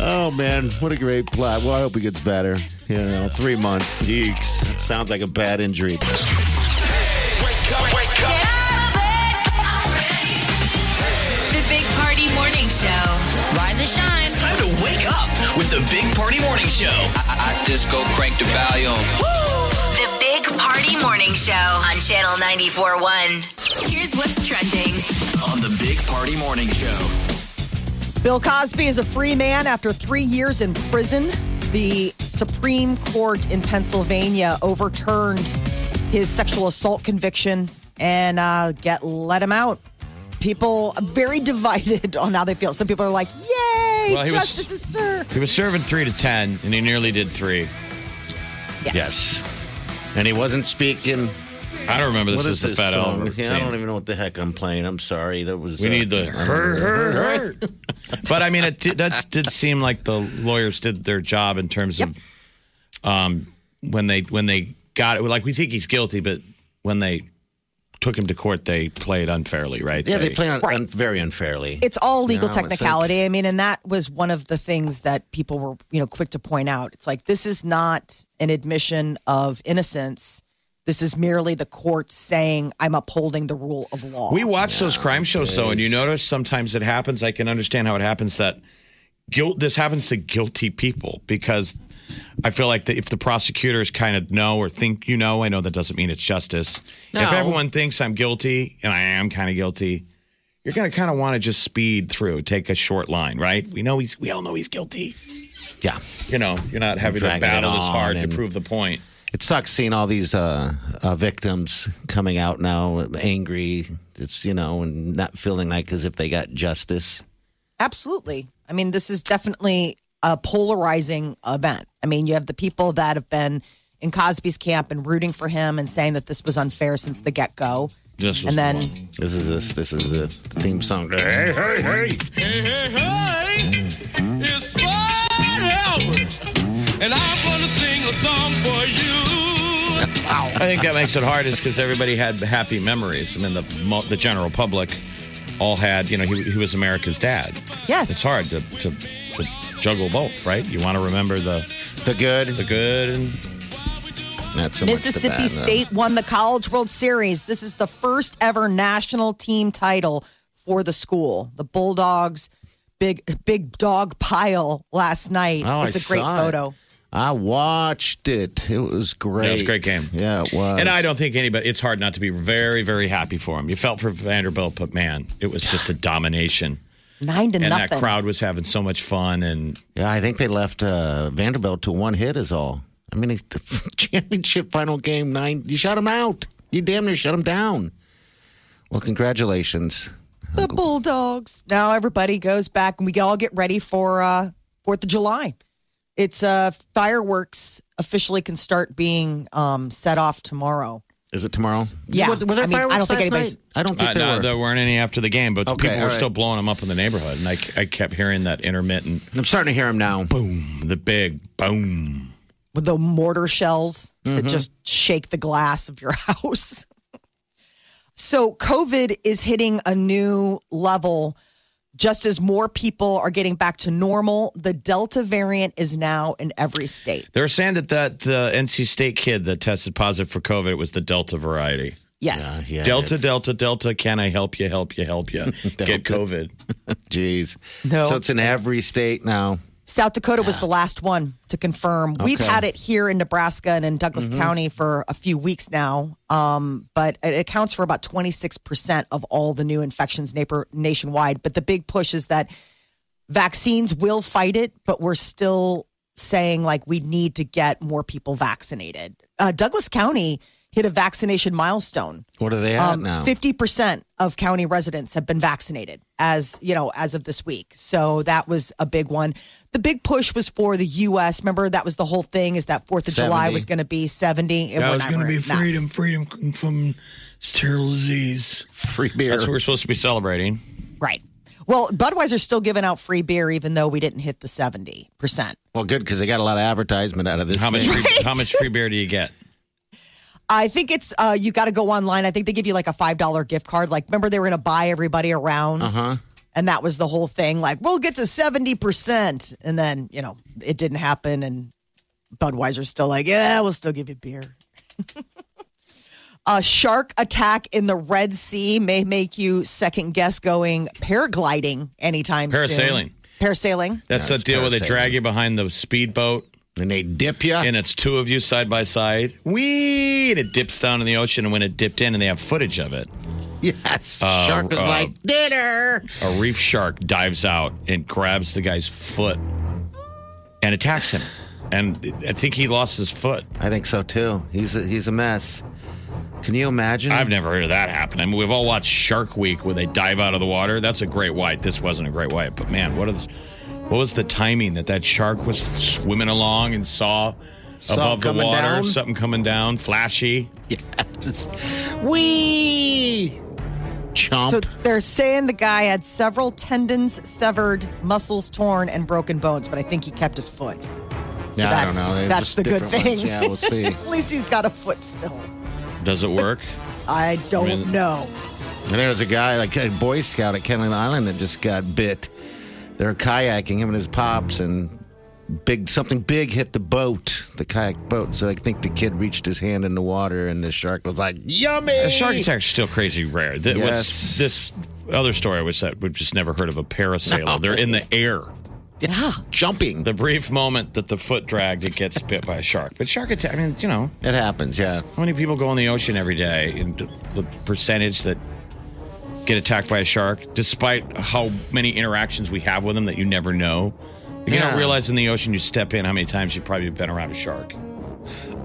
Speaker 6: Oh man, what a great plot. Well, I hope he gets better. You know, three months. Yeeks. That sounds like a bad injury.
Speaker 4: Get out of bed. The Big Party Morning Show. Rise and shine.
Speaker 3: Time to wake up with the Big Party Morning Show. I, I- I just go crank the volume.
Speaker 4: The Big Party Morning Show on Channel 94.1. Here's what's trending.
Speaker 3: On the Big Party Morning Show.
Speaker 5: Bill Cosby is a free man after three years in prison. The Supreme Court in Pennsylvania overturned his sexual assault conviction and uh, get let him out. People are very divided on how they feel. Some people are like, "Yay,
Speaker 7: Well, he was-
Speaker 5: justice is served."
Speaker 7: He was serving three to ten, and he nearly did three.
Speaker 6: Yes. And he wasn't speaking.
Speaker 7: I don't remember. This
Speaker 6: what
Speaker 7: is,
Speaker 6: is,
Speaker 7: the
Speaker 6: this
Speaker 7: Fat
Speaker 6: song?
Speaker 7: Albert.
Speaker 6: Yeah, I
Speaker 7: thing.
Speaker 6: don't even know what the heck I'm playing. I'm sorry. That was.
Speaker 7: We
Speaker 6: uh,
Speaker 7: need the her, her, her. but I mean, it did, that did seem like the lawyers did their job in terms of um, when they when they got it. Like we think he's guilty, but when they took him to court, they played unfairly, right?
Speaker 6: Yeah, they play on, on very unfairly.
Speaker 5: It's all legal
Speaker 6: No, it's like-
Speaker 5: technicality. I mean, and that was one of the things that people were, you know, quick to point out. It's like this is not an admission of innocence. This is merely the court saying I'm upholding the rule of law.
Speaker 7: We watch those crime shows though, and you notice sometimes it happens. I can understand how it happens that guilt. This happens to guilty people because I feel like the, if the prosecutors kind of know or think you know, I know that doesn't mean it's justice. If
Speaker 6: No.
Speaker 7: everyone thinks I'm guilty, and I am kind of guilty, you're going to kind of want to just speed through, take a short line, right? We know he's. We all know he's guilty.
Speaker 6: yeah.
Speaker 7: You know, you're not having to
Speaker 6: Dragging it
Speaker 7: battle as
Speaker 6: on
Speaker 7: hard to
Speaker 6: and-
Speaker 7: prove the point.
Speaker 6: It sucks seeing all these uh, uh, victims coming out now angry. It's, you know, and not feeling like as if they got justice.
Speaker 5: Absolutely. I mean, this is definitely a polarizing event. I mean, you have the people that have been in Cosby's camp and rooting for him and saying that this was unfair since the get go.
Speaker 7: This was
Speaker 5: And then
Speaker 7: the one.
Speaker 6: This is this. This is the theme song. Hey, hey, hey.
Speaker 8: It's Fat Albert, and I'm gonna sing a song for you.
Speaker 7: I think that makes it hard is because everybody had happy memories. I mean, the mo- the general public all had, you know, he, he was America's dad.
Speaker 5: Yes.
Speaker 7: It's hard to, to, to juggle both, right? You want to remember the,
Speaker 6: The good.
Speaker 7: the good and
Speaker 6: Not so much the
Speaker 5: Mississippi
Speaker 6: bad, though.
Speaker 5: State won the College World Series. This is the first ever national team title for the school. The Bulldogs big big dog pile last night.
Speaker 6: Oh,
Speaker 5: it's
Speaker 6: I
Speaker 5: a great
Speaker 6: saw it.
Speaker 5: photo.
Speaker 6: I watched it. It was great.
Speaker 7: Yeah, it was a great game.
Speaker 6: Yeah, it was.
Speaker 7: and I don't think anybody. It's hard not to be very very happy for him. You felt for Vanderbilt, but man, it was just a domination,
Speaker 5: Nine to
Speaker 7: and
Speaker 5: nothing.
Speaker 7: that crowd was having so much fun. And
Speaker 6: Yeah, I think they left uh, Vanderbilt to one hit is all. I mean, it's the championship final game nine. You shut them out. You damn near shut them down. Well, congratulations.
Speaker 5: the Bulldogs. Now everybody goes back and we all get ready for uh, Fourth of July. It's uh, fireworks officially can start being um, set off tomorrow.
Speaker 6: Is it tomorrow?
Speaker 5: Yeah.
Speaker 6: Were, were there
Speaker 5: I mean, I
Speaker 6: fireworks
Speaker 5: don't think
Speaker 6: last
Speaker 5: anybody's-
Speaker 6: night? I don't think
Speaker 7: uh,
Speaker 6: there
Speaker 7: no,
Speaker 6: were.
Speaker 7: there weren't any after the game, but
Speaker 6: Okay,
Speaker 7: people were
Speaker 6: all right.
Speaker 7: still blowing them up in the neighborhood, and I, I kept hearing that intermittent
Speaker 6: I'm starting to hear them now.
Speaker 7: boom, the big boom.
Speaker 5: with the mortar shells that just shake the glass of your house. so, COVID is hitting a new level. Just as more people are getting back to normal, the Delta variant is now in every state.
Speaker 7: uh, They're saying that that the NC State kid that tested positive for COVID was the Delta variety.
Speaker 5: Yes.
Speaker 6: Yeah, yeah,
Speaker 7: Delta, Delta, Delta. Can I help you? Help you? Help you? Get COVID.
Speaker 6: Jeez.
Speaker 5: No.
Speaker 6: So it's in every state now.
Speaker 5: South Dakota was the last one to confirm. We've
Speaker 6: Okay.
Speaker 5: had it here in Nebraska and in Douglas County for a few weeks now, um, but it accounts for about 26% of all the new infections neighbor, nationwide. But the big push is that vaccines will fight it, but we're still saying like we need to get more people vaccinated. Uh, Douglas County hit a vaccination milestone.
Speaker 6: What are they at now?
Speaker 5: Um, Fifty percent of county residents have been vaccinated as you know as of this week. So that was a big one. The big push was for the U.S. Remember that was the whole thing is that Fourth of July
Speaker 6: 70.
Speaker 5: was going to be seventy.
Speaker 8: That was going to be freedom, freedom from sterile disease.
Speaker 6: Free beer.
Speaker 7: That's what we're supposed to be celebrating.
Speaker 5: right? Well, Budweiser's still giving out free beer even though we didn't hit the seventy percent.
Speaker 6: well, good because they got a lot of advertisement out of this.
Speaker 7: How much?
Speaker 6: thing.
Speaker 7: Free, how much free beer do you get?
Speaker 5: I think it's uh, you got to go online. I think they give you like a five dollar gift card. Like remember they were going to buy everybody around, uh-huh. and that was the whole thing. Like we'll get to seventy percent, and then you know it didn't happen, and Budweiser's still like, yeah, we'll still give you beer. a shark attack in the Red Sea may make you second guess going paragliding anytime
Speaker 7: Parasailing.
Speaker 5: soon. Parasailing. Parasailing.
Speaker 7: That's
Speaker 6: Yeah,
Speaker 7: that
Speaker 6: it's
Speaker 7: deal where they
Speaker 6: parasailing.
Speaker 7: drag you behind the speedboat
Speaker 6: And they dip you.
Speaker 7: and it's two of you side by side. Wee! and It dips down in the ocean, and when it dipped in, and they have footage of it,
Speaker 6: yes. Shark was
Speaker 7: uh,
Speaker 6: like dinner.
Speaker 7: a reef shark dives out and grabs the guy's foot and attacks him. And I think he lost his foot.
Speaker 6: I think so too. He's a, he's a mess. Can you imagine?
Speaker 7: I've never heard of that happen. I mean, we've all watched Shark Week where they dive out of the water. That's a great white. This wasn't a great white, but man, what is what was the timing that that shark was swimming along and saw above the
Speaker 6: coming
Speaker 7: water
Speaker 6: down?
Speaker 7: something coming down, flashy?
Speaker 6: Yes. Wee. Chomp.
Speaker 5: So they're saying the guy had several tendons severed, muscles torn, and broken bones, but I think he kept his foot. So
Speaker 6: Yeah, I don't
Speaker 5: that's
Speaker 6: know. They're
Speaker 5: that's
Speaker 6: just
Speaker 5: the good
Speaker 6: different
Speaker 5: thing.
Speaker 6: ones. Yeah, we'll see.
Speaker 5: At least he's got a foot still.
Speaker 7: Does it work?
Speaker 5: I don't
Speaker 7: mean-
Speaker 5: know.
Speaker 6: And there was a guy, like a Boy Scout at Kennel Island, that just got bit. They were kayaking, him and his pops, and big something big hit the boat, the kayak boat. So I think the kid reached his hand in the water, and the shark was like, "Yummy!"
Speaker 7: A shark attack's still crazy rare. Th-
Speaker 6: Yes.
Speaker 7: what's this other story was that we've just never heard of a parasailer. They're in the air.
Speaker 6: yeah,
Speaker 5: Ah,
Speaker 6: jumping.
Speaker 7: The brief moment that the foot dragged, it gets bit by a shark. But shark attack, I mean, you know,
Speaker 6: It happens. Yeah,
Speaker 7: How many people go in the ocean every day and the percentage that get attacked by a shark, despite how many interactions we have with them that you never know? Like, You don't
Speaker 6: Yeah.
Speaker 7: realize in the ocean you step in how many times you've probably been around a shark.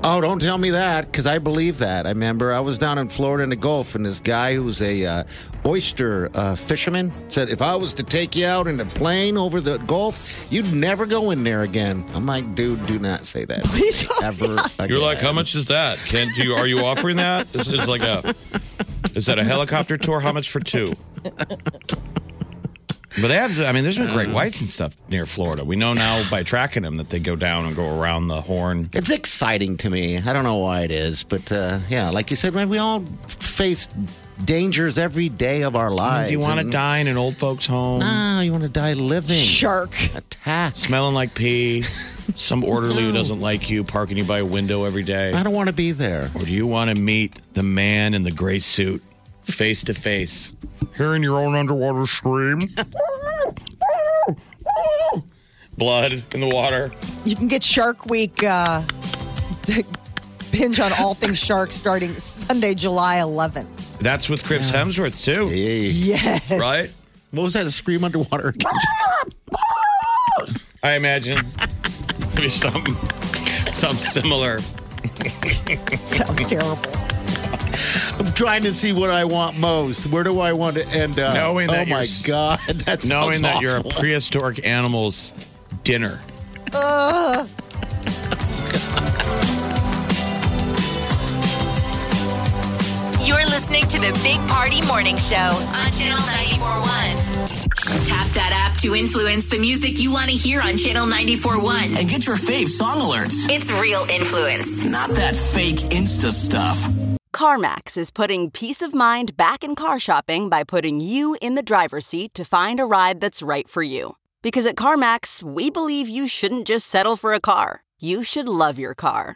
Speaker 6: Oh, don't tell me that because I believe that. I remember I was down in Florida in the Gulf, and this guy who was a uh, oyster uh, fisherman said, "If I was to take you out in a plane over the Gulf, you'd never go in there again." I'm like, dude, do not say that.
Speaker 5: Please don't.
Speaker 6: Ever
Speaker 7: You're
Speaker 6: again."
Speaker 7: like, how much is that? Can do you are you offering that? This is like a is that a helicopter tour? How much for two? But they have, I mean, there's been great whites and stuff near Florida. We know now by tracking them that they go down and go around the horn.
Speaker 6: It's exciting to me. I don't know why it is, but uh, yeah, like you said, man, we all face dangers every day of our lives.
Speaker 7: Do you want to die in an old folks' home?
Speaker 6: No, you want to die living.
Speaker 5: Shark.
Speaker 6: Attack.
Speaker 7: smelling like pee, some orderly who doesn't like you, parking you by a window every day?
Speaker 6: I don't want to be there.
Speaker 7: Or do you want to meet the man in the gray suit face to face? Here in your own underwater stream. Blood in the water.
Speaker 5: You can get Shark Week uh, to binge on all things shark starting Sunday, July 11th.
Speaker 7: That's with Chris Hemsworth, too.
Speaker 5: Yes.
Speaker 7: Right?
Speaker 6: What was that? A scream underwater?
Speaker 7: I imagine. Maybe something, something similar.
Speaker 5: Sounds terrible.
Speaker 6: I'm trying to see what I want most. Where do I want to end up?
Speaker 7: Knowing that
Speaker 6: oh my
Speaker 7: you're-
Speaker 6: god, that's
Speaker 7: Knowing that you're a
Speaker 6: awful.
Speaker 7: prehistoric animal's dinner.
Speaker 4: You're listening to the Big Party Morning Show on Channel 941. Tap that app to influence the music you want to hear on Channel 941.
Speaker 3: And get your fave song alerts,
Speaker 4: It's real influence.
Speaker 3: not that fake Insta stuff.
Speaker 9: CarMax is putting peace of mind back in car shopping by putting you in the driver's seat to find a ride that's right for you. Because at CarMax, we believe you shouldn't just settle for a car, you should love your car.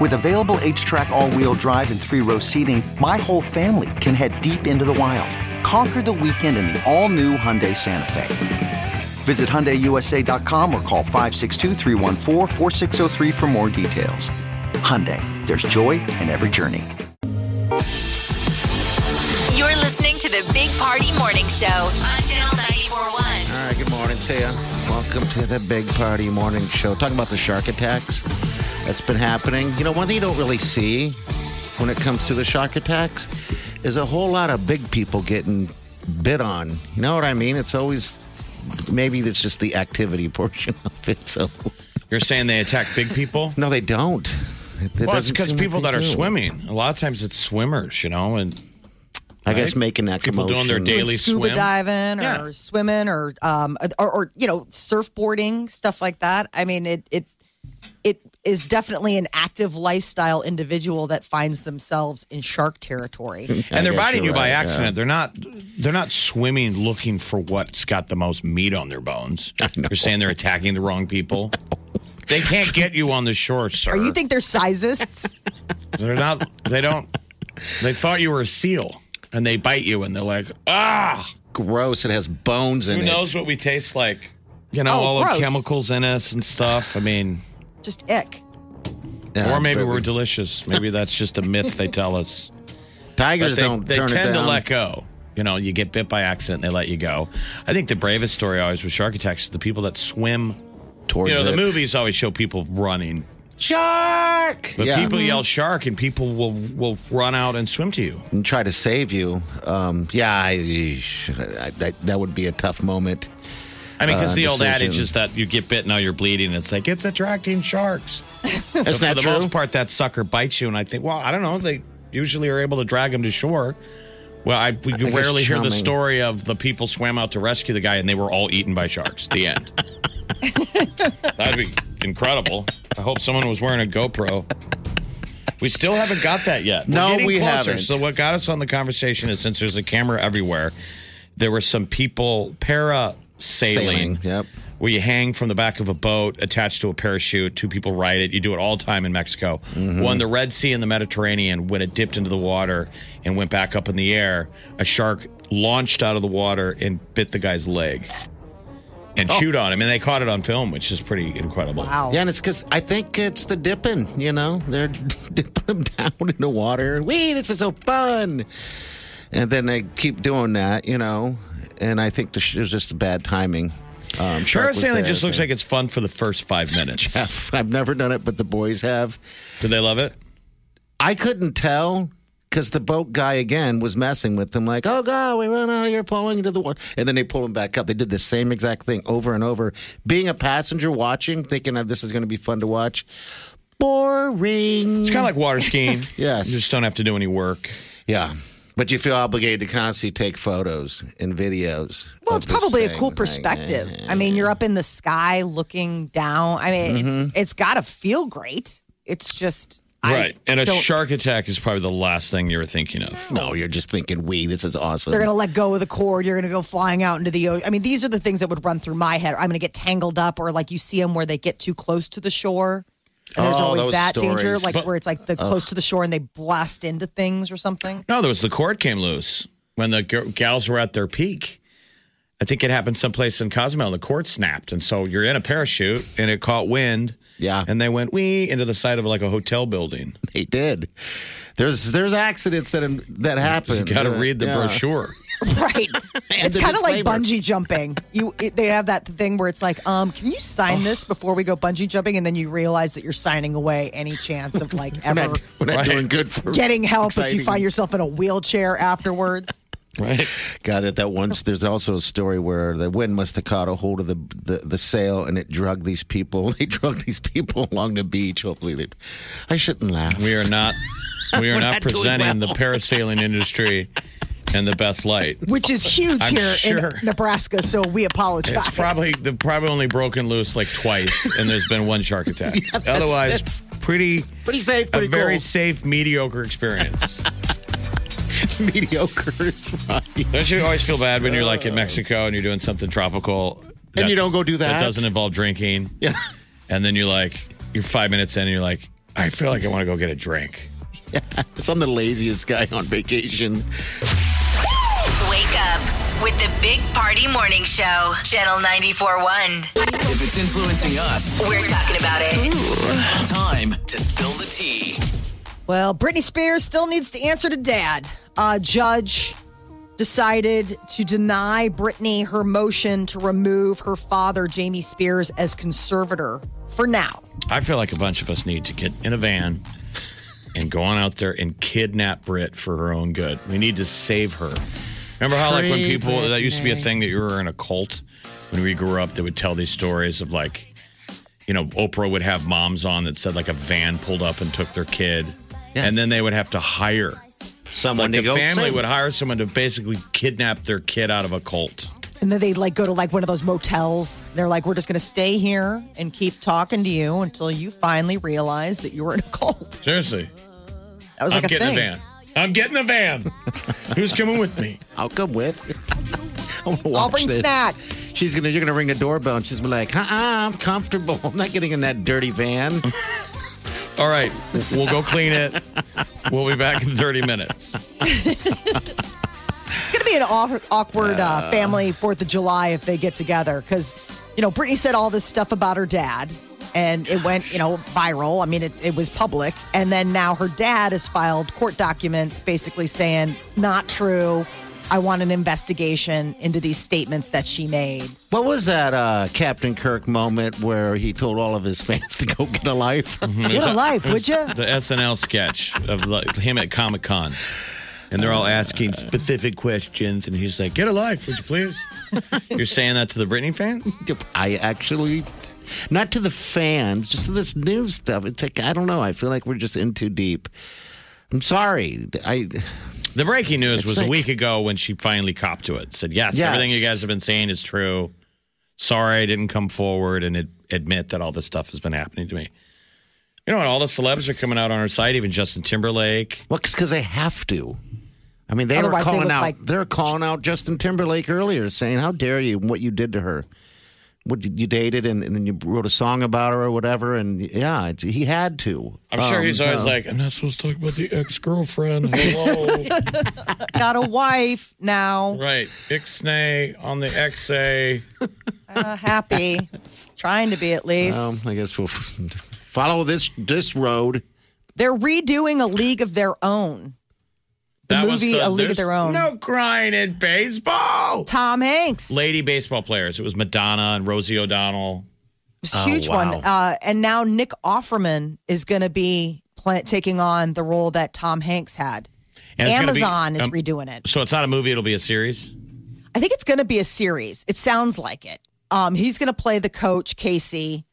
Speaker 10: With available H track, all wheel drive, and three row seating, my whole family can head deep into the wild. Conquer the weekend in the all new Hyundai Santa Fe. Visit HyundaiUSA.com or call 562-314-4603 for more details. Hyundai, there's joy in every journey.
Speaker 4: You're listening to the Big Party Morning Show on Channel 941.
Speaker 6: All right, good morning to you. Welcome to the Big Party Morning Show. Talking about the shark attacks that's been happening. You know, one thing you don't really see when it comes to the shark attacks is a whole lot of big people getting bid on. You know what I mean? It's always maybe it's just the activity portion of it. So
Speaker 7: you're saying they attack big people?
Speaker 6: No, they don't. It- it
Speaker 7: well, it's
Speaker 6: doesn't
Speaker 7: because
Speaker 6: seem like
Speaker 7: people
Speaker 6: they
Speaker 7: that are
Speaker 6: do.
Speaker 7: swimming. A lot of times it's swimmers, you know, and
Speaker 6: I guess making that
Speaker 7: people doing their
Speaker 6: commotion.
Speaker 7: daily
Speaker 5: scuba
Speaker 7: swim.
Speaker 5: diving or swimming or um or, or you know surfboarding stuff like that. I mean it it it is definitely an active lifestyle individual that finds themselves in shark territory.
Speaker 7: and they're
Speaker 6: guess
Speaker 7: biting
Speaker 6: you're
Speaker 7: you by
Speaker 6: right,
Speaker 7: accident.
Speaker 6: yeah.
Speaker 7: They're not. They're not swimming looking for what's got the most meat on their bones. You're saying they're attacking the wrong people. They can't get you on the shore, sir.
Speaker 5: Or you think they're sizists?
Speaker 7: they're not? They don't. They thought you were a seal, and they bite you, and they're like, ah,
Speaker 6: gross. It has bones in
Speaker 7: Who
Speaker 6: it.
Speaker 7: knows what we taste like? You know,
Speaker 5: Oh,
Speaker 7: all
Speaker 5: gross.
Speaker 7: the chemicals in us and stuff. I mean,
Speaker 5: Just ick.
Speaker 7: or maybe we're delicious. Maybe that's just a myth they tell us.
Speaker 6: Tigers
Speaker 7: But they,
Speaker 6: don't
Speaker 7: they
Speaker 6: turn it
Speaker 7: tend
Speaker 6: down.
Speaker 7: to let go. You know, you get bit by accident, they let you go. I think the bravest story always with shark attacks is the people that swim
Speaker 6: towards
Speaker 7: You know,
Speaker 6: it.
Speaker 7: the movies always show people running,
Speaker 6: Shark!
Speaker 7: but
Speaker 6: Yeah. Mm-hmm.
Speaker 7: people yell shark, and people will will run out and swim to you.
Speaker 6: and try to save you. Um, yeah, I, I, I, that would be a tough moment.
Speaker 7: I mean, because
Speaker 6: Uh,
Speaker 7: the old
Speaker 6: decision.
Speaker 7: adage is that you get bit, now you're bleeding. It's like it's attracting sharks.
Speaker 6: That's
Speaker 7: But
Speaker 6: not
Speaker 7: for the
Speaker 6: true.
Speaker 7: most part, that sucker bites you, and I think, well, I don't know. They usually are able to drag him to shore. Well, I, we
Speaker 6: think it's
Speaker 7: rarely hear the
Speaker 6: charming.
Speaker 7: story of the people swam out to rescue the guy, and they were all eaten by sharks. The end. That'd be incredible. I hope someone was wearing a GoPro. We still haven't got that yet. We're
Speaker 6: No,
Speaker 7: getting
Speaker 6: we
Speaker 7: closer.
Speaker 6: haven't.
Speaker 7: So what got us on the conversation is since there's a camera everywhere, there were some people para sailing.
Speaker 6: Yep.
Speaker 7: Where you hang from the back of a boat attached to a parachute. Two people ride it. You do it all the time in Mexico.
Speaker 6: Mm-hmm.
Speaker 7: Well, in the Red Sea and the Mediterranean, when it dipped into the water and went back up in the air, a shark launched out of the water and bit the guy's leg and
Speaker 6: Oh.
Speaker 7: chewed on him. And they caught it on film, which is pretty incredible.
Speaker 5: Wow.
Speaker 6: Yeah, and it's because I think it's the dipping. You know, they're dipping them down in the water. Wee, this is so fun. And then they keep doing that. You know, and I think the sh- it was just bad timing. Um, Shark was
Speaker 7: Parasailing
Speaker 6: there,
Speaker 7: just looks
Speaker 6: so-
Speaker 7: like it's fun for the first five minutes.
Speaker 6: I've never done it, but the boys have.
Speaker 7: Do they love it?
Speaker 6: I couldn't tell because the boat guy again was messing with them, like, "Oh God, we ran out of here, falling into the water," and then they pull him back up. They did the same exact thing over and over. Being a passenger watching, thinking of this is going to be fun to watch, boring.
Speaker 7: It's kind of like water skiing.
Speaker 6: Yes.
Speaker 7: You just don't have to do any work.
Speaker 6: yeah, but you feel obligated to constantly take photos and videos.
Speaker 5: Well,
Speaker 6: of
Speaker 5: it's
Speaker 6: this
Speaker 5: probably a
Speaker 6: thing.
Speaker 5: cool
Speaker 6: Like, eh,
Speaker 5: perspective. I mean, you're up in the sky looking down. I mean,
Speaker 6: Mm-hmm.
Speaker 5: it's it's got to feel great. It's just
Speaker 7: Right.
Speaker 5: I
Speaker 7: and a
Speaker 5: don't-
Speaker 7: shark attack is probably the last thing you were thinking of.
Speaker 6: No, you're just thinking, "We, this is awesome."
Speaker 5: They're going to let go of the cord. You're going to go flying out into the ocean. I mean, these are the things that would run through my head. I'm going to get tangled up, or like you see them where they get too close to the shore. And there's
Speaker 6: Oh,
Speaker 5: always
Speaker 6: those
Speaker 5: that danger,
Speaker 6: stories.
Speaker 5: like
Speaker 6: But-
Speaker 5: where it's like the close to the shore and they blast into things or something.
Speaker 7: No, there was the cord came loose when the g- gals were at their peak. I think it happened someplace in Cozumel. The cord snapped. And so you're in a parachute and it caught wind.
Speaker 6: yeah,
Speaker 7: And they went wee into the side of like a hotel building.
Speaker 6: they did. There's there's accidents that that happen.
Speaker 7: You got to
Speaker 6: Yeah,
Speaker 7: read the
Speaker 6: yeah.
Speaker 7: brochure.
Speaker 5: Right.
Speaker 6: And
Speaker 5: it's
Speaker 6: the
Speaker 5: kind of like
Speaker 6: disclaimer.
Speaker 5: bungee jumping. You it, they have that thing where it's like, um, can you sign this before we go bungee jumping? And then you realize that you're signing away any chance of like
Speaker 6: We're
Speaker 5: ever
Speaker 6: not, we're not doing good for
Speaker 5: getting help if you
Speaker 6: exciting.
Speaker 5: find yourself in a wheelchair afterwards.
Speaker 7: Right.
Speaker 6: Got it. That once there's also a story where the wind must have caught a hold of the the, the sail and it drug these people. They drugged these people along the beach. Hopefully, they. I shouldn't laugh.
Speaker 7: We are not. We are
Speaker 6: We're
Speaker 7: not,
Speaker 6: not doing
Speaker 7: presenting
Speaker 6: well.
Speaker 7: the parasailing industry in the best light.
Speaker 5: which is huge
Speaker 7: I'm
Speaker 5: here
Speaker 7: sure.
Speaker 5: in Nebraska. So we apologize.
Speaker 7: It's probably they've probably only broken loose like twice, and there's been one shark attack.
Speaker 5: that's
Speaker 7: Otherwise,
Speaker 5: it.
Speaker 7: pretty
Speaker 6: pretty safe,
Speaker 7: a
Speaker 6: pretty
Speaker 7: very
Speaker 6: cool.
Speaker 7: safe, mediocre experience.
Speaker 6: mediocre is right.
Speaker 7: Don't you always feel bad when you're like in Mexico and you're doing something tropical
Speaker 6: And you
Speaker 7: that's-
Speaker 6: don't go do that?
Speaker 7: doesn't involve drinking?
Speaker 6: Yeah.
Speaker 7: and then you're like you're five minutes in and you're like I feel like I want to go get a drink.
Speaker 6: Yeah. I'm the laziest guy on vacation.
Speaker 4: Wake up with the Big Party Morning Show, Channel 94.1.
Speaker 3: If it's influencing us,
Speaker 4: We're talking about it.
Speaker 3: time to spill the tea.
Speaker 5: Well, Britney Spears still needs to answer to dad. A judge decided to deny Britney her motion to remove her father, Jamie Spears, as conservator for now.
Speaker 7: I feel like a bunch of us need to get in a van and go on out there and kidnap Brit for her own good. We need to save her. Remember how like when
Speaker 8: Free
Speaker 7: people that used to be a
Speaker 8: Britney.
Speaker 7: thing that you were in a cult when we grew up that would tell these stories of like you know Oprah would have moms on that said like a van pulled up and took their kid and then they would have to hire
Speaker 6: someone
Speaker 7: like
Speaker 6: to
Speaker 7: the
Speaker 6: go
Speaker 7: family
Speaker 6: save.
Speaker 7: would hire someone to basically kidnap their kid out of a cult.
Speaker 5: And then they like go to like one of those motels. They're like, we're just going to stay here and keep talking to you until you finally realize that you were in a cult.
Speaker 7: Seriously.
Speaker 5: That was like
Speaker 7: I'm
Speaker 5: a
Speaker 7: getting
Speaker 5: thing.
Speaker 7: a van. I'm getting a van. Who's coming with me?
Speaker 6: I'll come with. I wanna
Speaker 5: I'll
Speaker 6: watch
Speaker 5: bring
Speaker 6: this.
Speaker 5: snacks.
Speaker 6: She's gonna. You're gonna ring a doorbell, and she's gonna be like, "Uh-uh, I'm comfortable. I'm not getting in that dirty van."
Speaker 7: All right, we'll go clean it. We'll be back in 30 minutes.
Speaker 5: It's going to be an aw- awkward uh, family Fourth of July if they get together because, you know, Britney said all this stuff about her dad and it went, you know, viral. I mean, it, it was public. And then now her dad has filed court documents basically saying, not true. I want an investigation into these statements that she made.
Speaker 6: What was that uh, Captain Kirk moment where he told all of his fans to go get a life?
Speaker 7: Hmm.
Speaker 5: Get a life, would you?
Speaker 7: The SNL sketch of like, him at Comic Con. And they're all asking specific questions. And he's like, get a life, would you please? You're saying that to the Britney fans?
Speaker 6: I actually, not to the fans, just to this new stuff. It's like I don't know. I feel like we're just in too deep. I'm sorry. I
Speaker 7: The breaking news
Speaker 6: It's
Speaker 7: was
Speaker 6: like-
Speaker 7: a week ago when she finally copped to it. Said, yes,
Speaker 6: Yes.
Speaker 7: everything you guys have been saying is true. Sorry I didn't come forward and ad- admit that all this stuff has been happening to me. You know, and all the celebs are coming out on her side, even Justin Timberlake.
Speaker 6: well, because they have to. I mean, they
Speaker 5: Otherwise,
Speaker 6: were
Speaker 5: they
Speaker 6: calling
Speaker 5: look
Speaker 6: out.
Speaker 5: like-
Speaker 6: they're calling out Justin Timberlake earlier, saying, "How dare you? and What you did to her? What you- you dated, and, and then you wrote a song about her or whatever." And yeah, it- he had to.
Speaker 7: I'm sure
Speaker 6: Um,
Speaker 7: he's always
Speaker 6: uh,
Speaker 7: like, I'm not supposed to talk about the ex girlfriend. Hello.
Speaker 5: Got a wife now,
Speaker 7: right. Ixnay on the XA.
Speaker 5: uh, happy, trying to be at least.
Speaker 6: Um, I guess we'll follow this this road.
Speaker 5: They're redoing a league of their own. The
Speaker 7: That was
Speaker 5: movie A League
Speaker 7: there's
Speaker 5: of Their Own.
Speaker 7: No crying in baseball.
Speaker 5: Tom Hanks.
Speaker 7: Lady baseball players. It was Madonna and Rosie O'Donnell.
Speaker 5: It's
Speaker 6: Oh,
Speaker 5: a huge
Speaker 6: wow.
Speaker 5: one. Uh, and now Nick Offerman is going to be pla taking on the role that Tom Hanks had.
Speaker 7: And it's gonna be,
Speaker 5: Amazon
Speaker 7: um,
Speaker 5: is redoing it.
Speaker 7: So it's not a movie, it'll be a series.
Speaker 5: I think it's going to be a series. It sounds like it. Um, he's going to play the coach, Casey.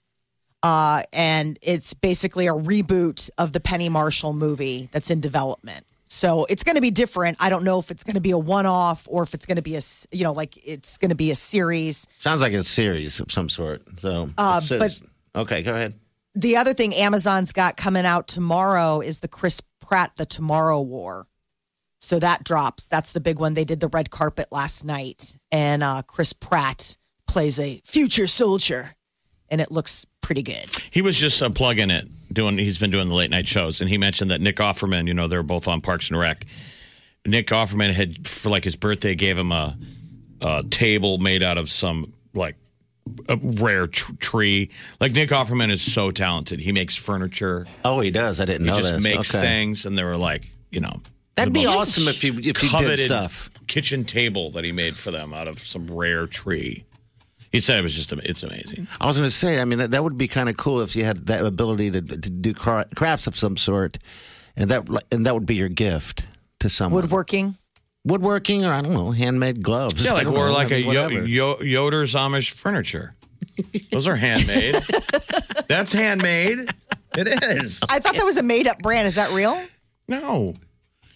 Speaker 5: Uh, and it's basically a reboot of the Penny Marshall movie that's in development. So it's going to be different. I don't know if it's going to be a one-off or if it's going to be a, s- you know, like it's going to be a series.
Speaker 6: Sounds like a series of some sort. So,
Speaker 5: Uh,
Speaker 6: it says- okay, go ahead.
Speaker 5: the other thing Amazon's got coming out tomorrow is the Chris Pratt The Tomorrow War. So that drops. That's the big one. They did the red carpet last night, and uh, Chris Pratt plays a future soldier, and it looks pretty good.
Speaker 7: He was just uh, plugging it, doing. He's been doing the late night shows, and he mentioned that Nick Offerman. You know, they're both on Parks and Rec. Nick Offerman had for like his birthday gave him a, a table made out of some like a rare tr- tree. Like Nick Offerman is so talented. He makes furniture.
Speaker 6: Oh, he does. I didn't
Speaker 7: He
Speaker 6: know
Speaker 7: just
Speaker 6: this.
Speaker 7: makes
Speaker 6: Okay.
Speaker 7: things, and they were like, you know,
Speaker 6: That'd
Speaker 7: the
Speaker 6: be
Speaker 7: most
Speaker 6: awesome if you if you did
Speaker 7: coveted
Speaker 6: stuff.
Speaker 7: kitchen table that he made for them out of some rare tree. He said it was just am- it's amazing.
Speaker 6: I was going to say, I mean, that, that would be kind of cool if you had that ability to, to do cra- crafts of some sort, and that and that would be your gift to someone.
Speaker 5: Woodworking.
Speaker 6: woodworking or I don't know, handmade gloves.
Speaker 7: Yeah, like
Speaker 6: I don't
Speaker 7: or
Speaker 6: know,
Speaker 7: like a yo-
Speaker 6: whatever.
Speaker 7: yo- Yoder's Amish furniture. Those are handmade. That's handmade. It is.
Speaker 5: I thought that was a made up brand. Is that real?
Speaker 7: No.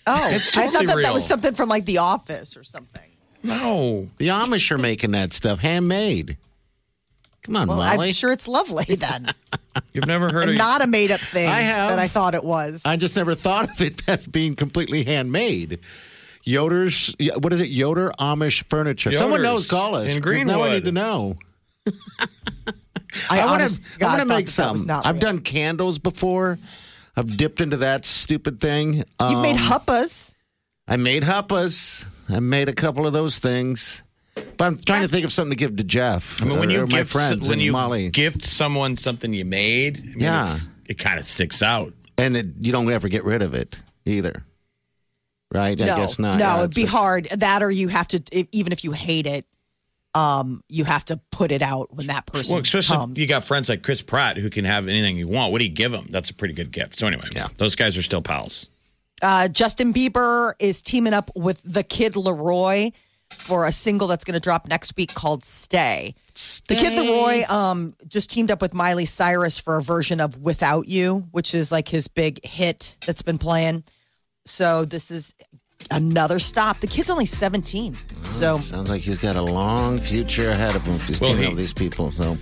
Speaker 5: Oh,
Speaker 7: It's
Speaker 5: I thought
Speaker 6: totally
Speaker 5: that, that
Speaker 6: real.
Speaker 5: was something from like The Office or something.
Speaker 7: No,
Speaker 6: the Amish are making that stuff handmade. Come on,
Speaker 5: Well,
Speaker 6: Molly.
Speaker 5: I'm sure it's lovely then.
Speaker 7: You've never heard
Speaker 5: and
Speaker 6: of
Speaker 5: not a made up thing
Speaker 6: I have.
Speaker 5: that I thought it was.
Speaker 6: I just never thought of it as being completely handmade. Yoder's, what is it? Yoder Amish furniture. Someone knows,
Speaker 7: Yoder's
Speaker 6: call us.
Speaker 7: in
Speaker 6: 'cause Now I
Speaker 7: Greenwood.
Speaker 6: need to know.
Speaker 5: I
Speaker 6: I want
Speaker 5: honest to
Speaker 6: to.
Speaker 5: God
Speaker 6: I want to
Speaker 5: thought
Speaker 6: make
Speaker 5: that that was
Speaker 6: some.
Speaker 5: not
Speaker 6: I've
Speaker 5: real.
Speaker 6: done candles before. I've dipped into that stupid thing.
Speaker 5: You've made
Speaker 6: Um,
Speaker 5: huppas.
Speaker 6: I made huppas. I made a couple of those things. But I'm trying to think of something to give to Jeff.
Speaker 7: I mean, when
Speaker 6: or-
Speaker 7: you
Speaker 6: or
Speaker 7: gift
Speaker 6: my friends
Speaker 7: when
Speaker 6: and
Speaker 7: you
Speaker 6: Molly,
Speaker 7: gift someone something you made, I mean,
Speaker 6: Yeah.
Speaker 7: it's- it kind of sticks out.
Speaker 6: and it, you don't ever get rid of it either, right?
Speaker 5: no,
Speaker 6: I guess not.
Speaker 5: No,
Speaker 6: Yeah,
Speaker 5: it'd
Speaker 6: it's
Speaker 5: be
Speaker 6: a-
Speaker 5: hard. That or you have to, if, even if you hate it, um, you have to put it out when that person
Speaker 7: Well, especially
Speaker 5: comes.
Speaker 7: if you got friends like Chris Pratt who can have anything you want. What do you give them? That's a pretty good gift. So anyway, yeah. those guys are still pals.
Speaker 5: Uh, Justin Bieber is teaming up with the Kid Leroy for a single that's going to drop next week called Stay. The Kid Leroy um, just teamed up with Miley Cyrus for a version of Without You, which is like his big hit that's been playing. So this is another stop. The kid's only 17. So
Speaker 6: Sounds like he's got a long future ahead of him. if He's
Speaker 7: Well,
Speaker 6: teaming
Speaker 7: he-
Speaker 6: up with these people. So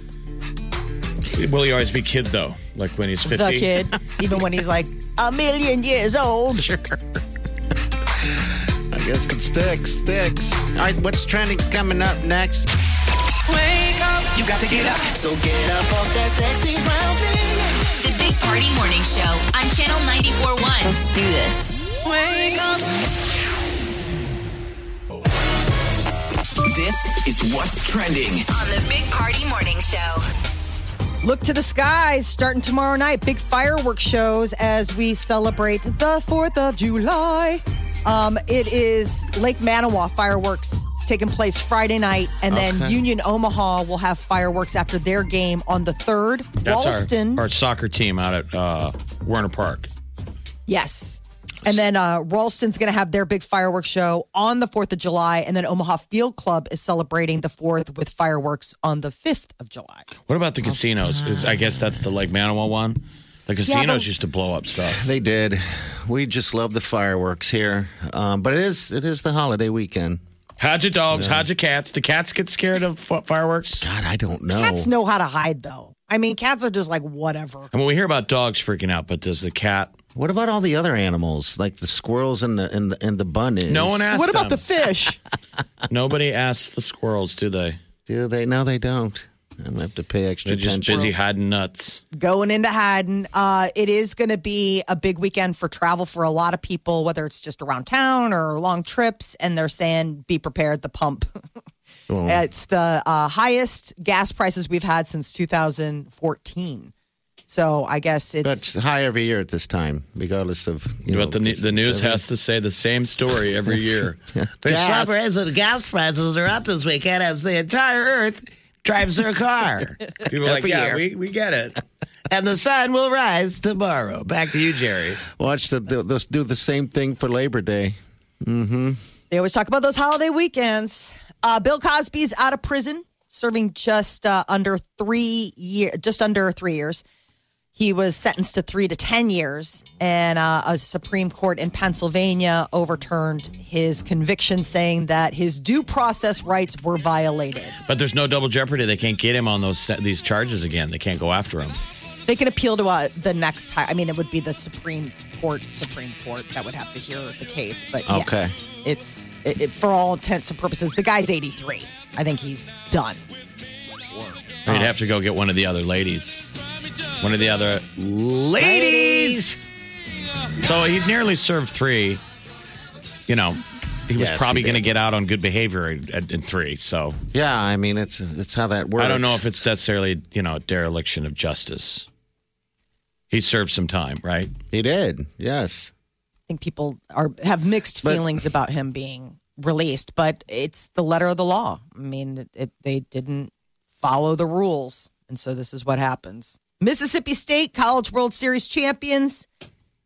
Speaker 7: Will he always be kid though? Like when he's fifty.
Speaker 5: the kid, even when he's like a million years old.
Speaker 6: Sure. I guess if it sticks, sticks. All right, what's trending's coming up next?
Speaker 3: Wake up, you got to get up. So get up off that sexy brown thing.
Speaker 4: The Big Party Morning Show on Channel 94.1. Let's do this.
Speaker 3: Wake up. This is what's trending.
Speaker 4: On the Big Party Morning Show.
Speaker 5: Look to the skies starting tomorrow night. Big fireworks shows as we celebrate the 4th of July. Um, it is Lake Manawa fireworks taking place Friday night, and then
Speaker 7: Okay.
Speaker 5: Union Omaha will have fireworks after their game on the 3rd.
Speaker 7: That's
Speaker 5: Walston.
Speaker 7: Our, our soccer team out at uh, Werner Park.
Speaker 5: Yes. And then uh, Ralston's going to have their big fireworks show on the 4th of July. And then Omaha Field Club is celebrating the 4th with fireworks on the 5th of July.
Speaker 7: What about the
Speaker 11: Oh,
Speaker 7: casinos? It's, I guess that's the Lake Manawa one. The casinos used to blow up stuff.
Speaker 6: They did. We just love the fireworks here, um, but it is it is the holiday weekend.
Speaker 7: How'd your dogs? How'd your cats? Do cats get scared of f- fireworks?
Speaker 6: God, I don't know.
Speaker 5: Cats know how to hide, though. I mean, cats are just like, whatever.
Speaker 7: I mean, we hear about dogs freaking out, but does the cat?
Speaker 6: What about all the other animals, like the squirrels and the and the, and the bunnies?
Speaker 7: No one asked.
Speaker 5: What about the
Speaker 7: them.
Speaker 5: fish?
Speaker 7: Nobody asks the squirrels, do they?
Speaker 6: Do they? No, they don't. I'm gonna have to pay extra
Speaker 7: They're just
Speaker 6: attention.
Speaker 7: busy hiding nuts.
Speaker 5: Going into hiding. Uh, it is going to be a big weekend for travel for a lot of people, whether it's just around town or long trips. And they're saying, be prepared, the pump.
Speaker 6: Well,
Speaker 5: It's the uh, highest gas prices we've had since 2014. So I guess it's.
Speaker 6: that's high every year at this time, regardless of. You know,
Speaker 7: but the ne- the news
Speaker 6: every-
Speaker 7: has to say the same story every year.
Speaker 6: For
Speaker 11: gas.
Speaker 6: some
Speaker 11: reason, gas prices are up this weekend as the entire earth drives their car.
Speaker 7: People are like,
Speaker 11: Every
Speaker 7: yeah,
Speaker 11: year.
Speaker 7: we, we get it.
Speaker 11: and the sun will rise tomorrow. Back to you, Jerry.
Speaker 6: Watch the, the they'll do the same thing for Labor Day.
Speaker 5: They always talk about those holiday weekends. Uh, Bill Cosby's out of prison, serving just uh, under three year, just under three years. He was sentenced to three to ten years, and uh, a Supreme Court in Pennsylvania overturned his conviction, saying that his due process rights were violated.
Speaker 7: But there's no double jeopardy. They can't get him on those se- these charges again. They can't go after him.
Speaker 5: They can appeal to uh, the next time. I mean, it would be the Supreme Court, Supreme Court that would have to hear the case. But yes, it's it, it- for all intents and purposes, the guy's eighty-three. I think he's done.
Speaker 6: Oh.
Speaker 7: They'd have to go get one of the other ladies. One of the other ladies. So he's nearly served three. You know, he was
Speaker 6: Yes,
Speaker 7: probably
Speaker 6: he did.
Speaker 7: going to get out on good behavior in, in three. So
Speaker 6: Yeah, I mean it's it's how that works.
Speaker 7: I don't know if it's necessarily you know dereliction of justice. He served some time, right?
Speaker 6: he did. Yes.
Speaker 5: I think people are have mixed
Speaker 6: But-
Speaker 5: feelings about him being released, but it's the letter of the law. I mean, it, it, they didn't follow the rules, and so this is what happens. Mississippi State College World Series champions.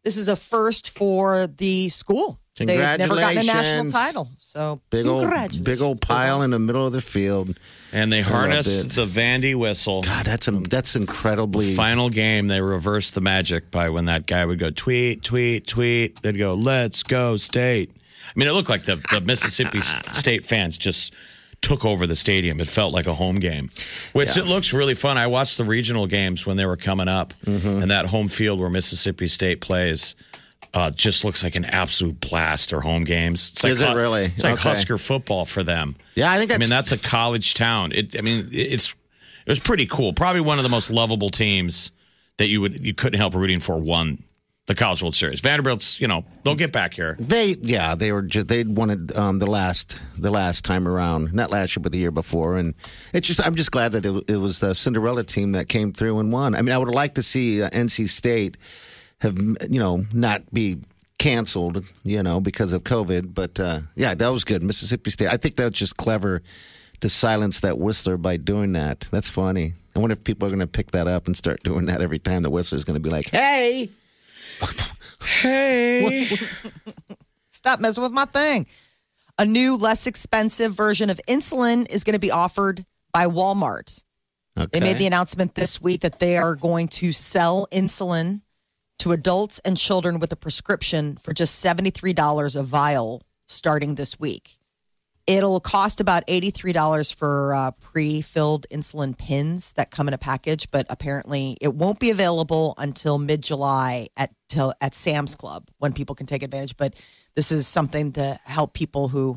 Speaker 5: This is a first for the school. They've never gotten a national
Speaker 6: Congratulations.
Speaker 5: title. So
Speaker 6: Big old,
Speaker 5: congratulations.
Speaker 6: big old pile in the middle of the field.
Speaker 7: And they
Speaker 6: I loved
Speaker 7: harnessed
Speaker 6: it.
Speaker 7: the Vandy whistle. God,
Speaker 6: that's a, that's incredibly.
Speaker 7: Final game, they reversed the magic by when that guy would go tweet, tweet, tweet. They'd go, "Let's go state." I mean, it looked like the, the Mississippi S- State fans just took over the stadium. It felt like a home game, which it looks really fun. I watched the regional games when they were coming up,
Speaker 6: Mm-hmm.
Speaker 7: and that home field where Mississippi State plays. Uh, just looks like an absolute blast. Their home games. It's like
Speaker 6: Is it
Speaker 7: Hu-
Speaker 6: really?
Speaker 7: It's like
Speaker 6: Okay.
Speaker 7: Husker football for them.
Speaker 6: Yeah, I think
Speaker 7: I mean,
Speaker 6: that's-
Speaker 7: that's a college town. It, I mean, it's it was pretty cool. Probably one of the most lovable teams that you would you couldn't help rooting for won the College World Series. Vanderbilt's, you know, they'll get back here.
Speaker 6: They yeah they were ju- they wanted um, the last the last time around not last year but the year before and it's just I'm just glad that it, it was the Cinderella team that came through and won I mean I would like to see uh, NC State have you know not be canceled you know because of COVID but uh, yeah that was good Mississippi State I think that was just clever to silence that Whistler by doing that that's funny I wonder if people are going to pick that up and start doing that every time the Whistler's going to be like hey
Speaker 5: Hey. Stop messing with my thing. A new, less expensive version of insulin is going to be offered by Walmart. They made the announcement this week that they are going to sell insulin to adults and children with a prescription for just $73 a vial starting this week. It'll cost about $83 for uh, pre filled insulin pins that come in a package, but apparently it won't be available until mid July at, till, at Sam's Club when people can take advantage. But this is something to help people who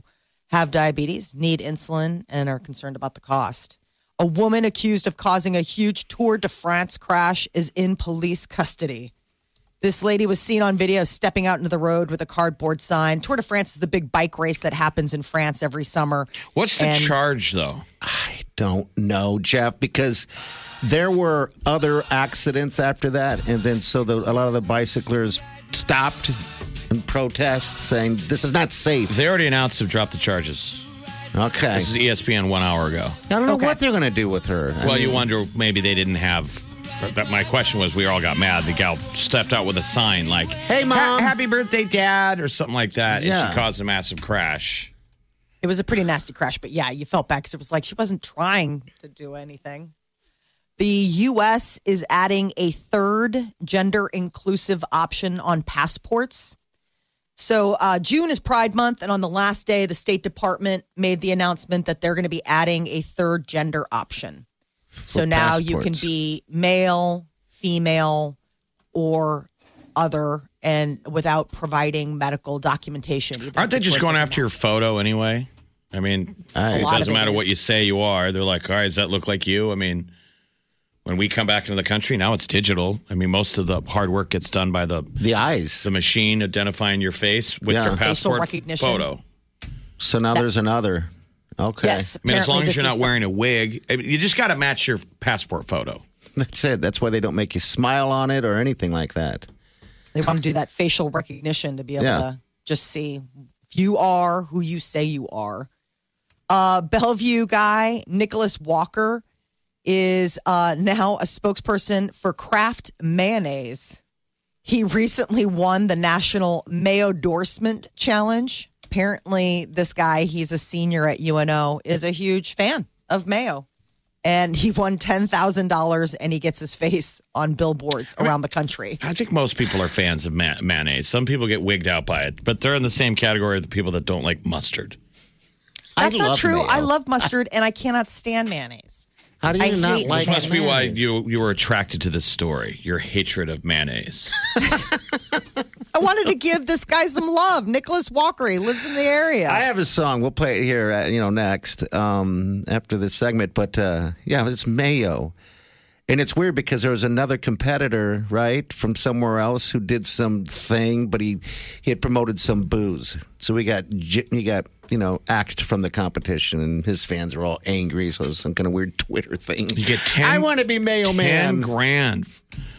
Speaker 5: have diabetes, need insulin, and are concerned about the cost. A woman accused of causing a huge Tour de France crash is in police custody. This lady was seen on video stepping out into the road with a cardboard sign. Tour de France is the big bike race that happens in France every summer.
Speaker 7: What's the
Speaker 5: And-
Speaker 7: charge though?
Speaker 6: don't know, Jeff, because there were other accidents after that, and then so the, a lot of the bicyclers stopped and protest, saying this is not safe.
Speaker 7: They already announced they've dropped the charges.
Speaker 6: Okay.
Speaker 7: This is E ESPN one hour ago.
Speaker 6: I don't know what they're going to do with her. I
Speaker 7: well, you
Speaker 6: mean,
Speaker 7: wonder maybe they didn't have. That my question was, we all got mad. The gal stepped out with a sign like
Speaker 6: Hey, mom.
Speaker 7: happy birthday, dad, or something like that, and
Speaker 5: Yeah.
Speaker 7: she caused a massive crash.
Speaker 5: It was a pretty nasty crash, but yeah, you felt bad because it was like she wasn't trying to do anything. The U.S. is adding a third gender inclusive option on passports. So uh, June is Pride Month, and on the last day, the State Department made the announcement that they're going to be adding a third gender option. So
Speaker 12: For
Speaker 5: now you can
Speaker 12: passports.
Speaker 5: be male, female, or other, and without providing medical documentation. either
Speaker 7: Aren't they
Speaker 5: if the
Speaker 7: just
Speaker 5: choice
Speaker 7: going
Speaker 5: is
Speaker 7: after your photo anyway? I mean, it
Speaker 5: lot
Speaker 7: doesn't
Speaker 5: of it
Speaker 7: matter what
Speaker 5: is.
Speaker 7: you say you are. They're like, all right, does that look like you? I mean, when we come back into the country now, it's digital. I mean, most of the hard work gets done by the
Speaker 6: the eyes,
Speaker 7: the machine identifying your face with
Speaker 6: Yeah.
Speaker 7: your
Speaker 6: Facial
Speaker 7: passport
Speaker 6: recognition.
Speaker 7: photo.
Speaker 6: So now there's another. Okay.
Speaker 7: I mean, as long as you're not wearing a wig, I mean, you just got to match your passport photo.
Speaker 6: That's it. That's why they don't make you smile on it or anything like that.
Speaker 5: They want to do that facial recognition to be able
Speaker 6: Yeah.
Speaker 5: to just see if you are who you say you are. Uh, Bellevue guy, Nicholas Walker, is uh, now a spokesperson for Kraft Mayonnaise. He recently won the National Mayo Endorsement Challenge. Apparently, this guy, he's a senior at UNO, is a huge fan of mayo. And he won $10,000 and he gets his face on billboards around the country.
Speaker 7: I think most people are fans of ma- mayonnaise. Some people get wigged out by it, but they're in the same category of the people that don't like mustard. I
Speaker 5: That's not
Speaker 7: love
Speaker 5: true.
Speaker 7: mayo.
Speaker 5: I love mustard and I cannot stand mayonnaise.
Speaker 6: How
Speaker 5: I hate
Speaker 7: This must be why
Speaker 5: mayonnaise.
Speaker 7: you you were attracted to this story. Your hatred of mayonnaise.
Speaker 5: I wanted to give this guy some love. Nicholas Walker, he lives in the area.
Speaker 6: I have a song. We'll play it here, uh, you know, next um, after this segment. But uh, yeah, it's Mayo, and it's weird because there was another competitor, right, from somewhere else who did some thing, but he he had promoted some booze, so we got j- he got you know axed from the competition, and his fans are all angry. So it's some kind of weird Twitter thing.
Speaker 7: You get ten.
Speaker 6: I want to be Mayo
Speaker 7: ten
Speaker 6: Man.
Speaker 7: grand.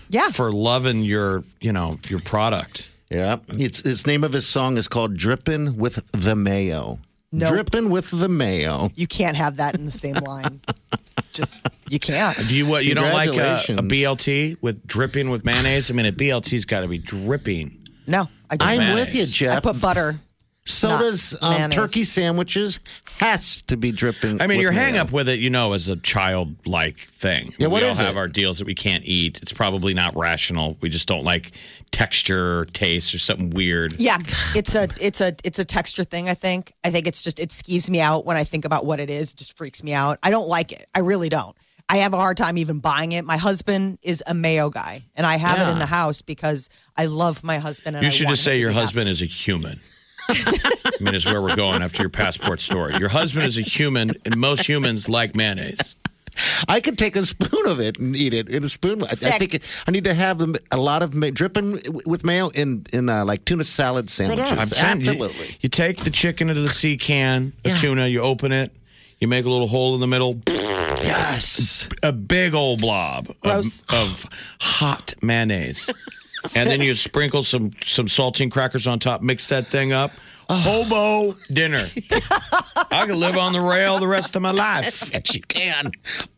Speaker 5: Yeah.
Speaker 7: For loving your you know your product.
Speaker 6: Yeah, it's his name of his song is called "Drippin' with the Mayo."
Speaker 5: Nope.
Speaker 6: Drippin' with the Mayo.
Speaker 5: You can't have that in the same line. Just you can't.
Speaker 7: Do you what you don't like uh, a, a
Speaker 6: Congratulations.
Speaker 7: BLT with dripping with mayonnaise? I mean, a BLT's got to be dripping.
Speaker 5: No, I don't.
Speaker 6: I'm with you, Jeff.
Speaker 5: I put butter.
Speaker 6: sodas,
Speaker 5: not
Speaker 6: um,
Speaker 5: mayonnaise.
Speaker 6: turkey sandwiches has to be dripping.
Speaker 7: I mean,
Speaker 6: with
Speaker 7: your hang
Speaker 6: mayo.
Speaker 7: up with it, you know, is a childlike thing.
Speaker 6: Yeah, what
Speaker 7: we
Speaker 6: is
Speaker 7: all have
Speaker 6: it?
Speaker 7: our deals that we can't eat. It's probably not rational. We just don't like texture, or taste, or something weird.
Speaker 5: Yeah, it's a it's a it's a texture thing. I think I think it's just it skeeves me out when I think about what it is. It just freaks me out. I don't like it. I really don't. I have a hard time even buying it. My husband is a mayo guy, and I have it in
Speaker 7: Yeah.
Speaker 5: the house because I love my husband. And
Speaker 7: you
Speaker 5: I
Speaker 7: should
Speaker 5: want
Speaker 7: just
Speaker 5: him
Speaker 7: say
Speaker 5: to
Speaker 7: your
Speaker 5: be happy.
Speaker 7: husband is a human. I mean, is where we're going after your passport story. Your husband is a human, and most humans like mayonnaise.
Speaker 6: I could take a spoon of it and eat it in a spoon. I, I
Speaker 7: Sick.
Speaker 6: think it, I need to have them a lot of ma- dripping w- with mayo in in uh, like tuna salad sandwiches.
Speaker 7: I'm saying you-
Speaker 6: Absolutely.
Speaker 7: You, take the chicken into the sea can of tuna, you open it, you make a little hole in the middle. Yes. A big old blob of, of hot mayonnaise. and then you sprinkle some, some saltine crackers on top, mix that thing up. Hobo dinner. I could live on the rail the rest of my life.
Speaker 6: Yes, you can.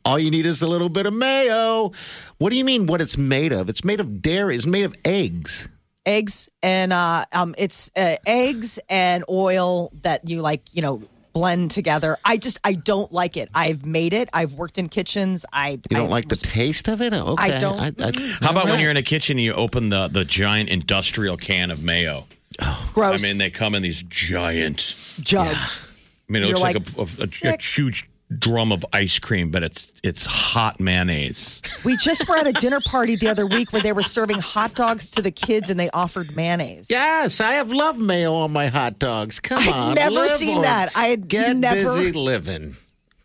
Speaker 6: All you need is a little bit of mayo. What do you mean? What it's made of? It's made of dairy. It's made of eggs.
Speaker 5: eggs and uh, um, it's uh, eggs and oil that you like, you know, blend together. I just I don't like it. I've made it. I've worked in kitchens. I
Speaker 6: You don't like the taste of it? Oh, Okay.
Speaker 5: I don't.
Speaker 7: How about when you're in a kitchen and you open the, the giant industrial can of mayo?
Speaker 5: Gross.
Speaker 7: I mean, they come in these giant
Speaker 5: jugs?
Speaker 7: I mean, it
Speaker 5: You're
Speaker 7: looks like,
Speaker 5: like,
Speaker 7: a- a, a, a huge drum of ice cream, but it's it's hot mayonnaise.
Speaker 5: We just were at a dinner party the other week where they were serving hot dogs to the kids and they offered mayonnaise.
Speaker 6: Yes, I have loved mayo on my hot dogs. Come
Speaker 5: I've
Speaker 6: on,
Speaker 5: never
Speaker 6: live
Speaker 5: seen
Speaker 6: on-
Speaker 5: that. I had
Speaker 6: get
Speaker 5: never-
Speaker 6: busy living.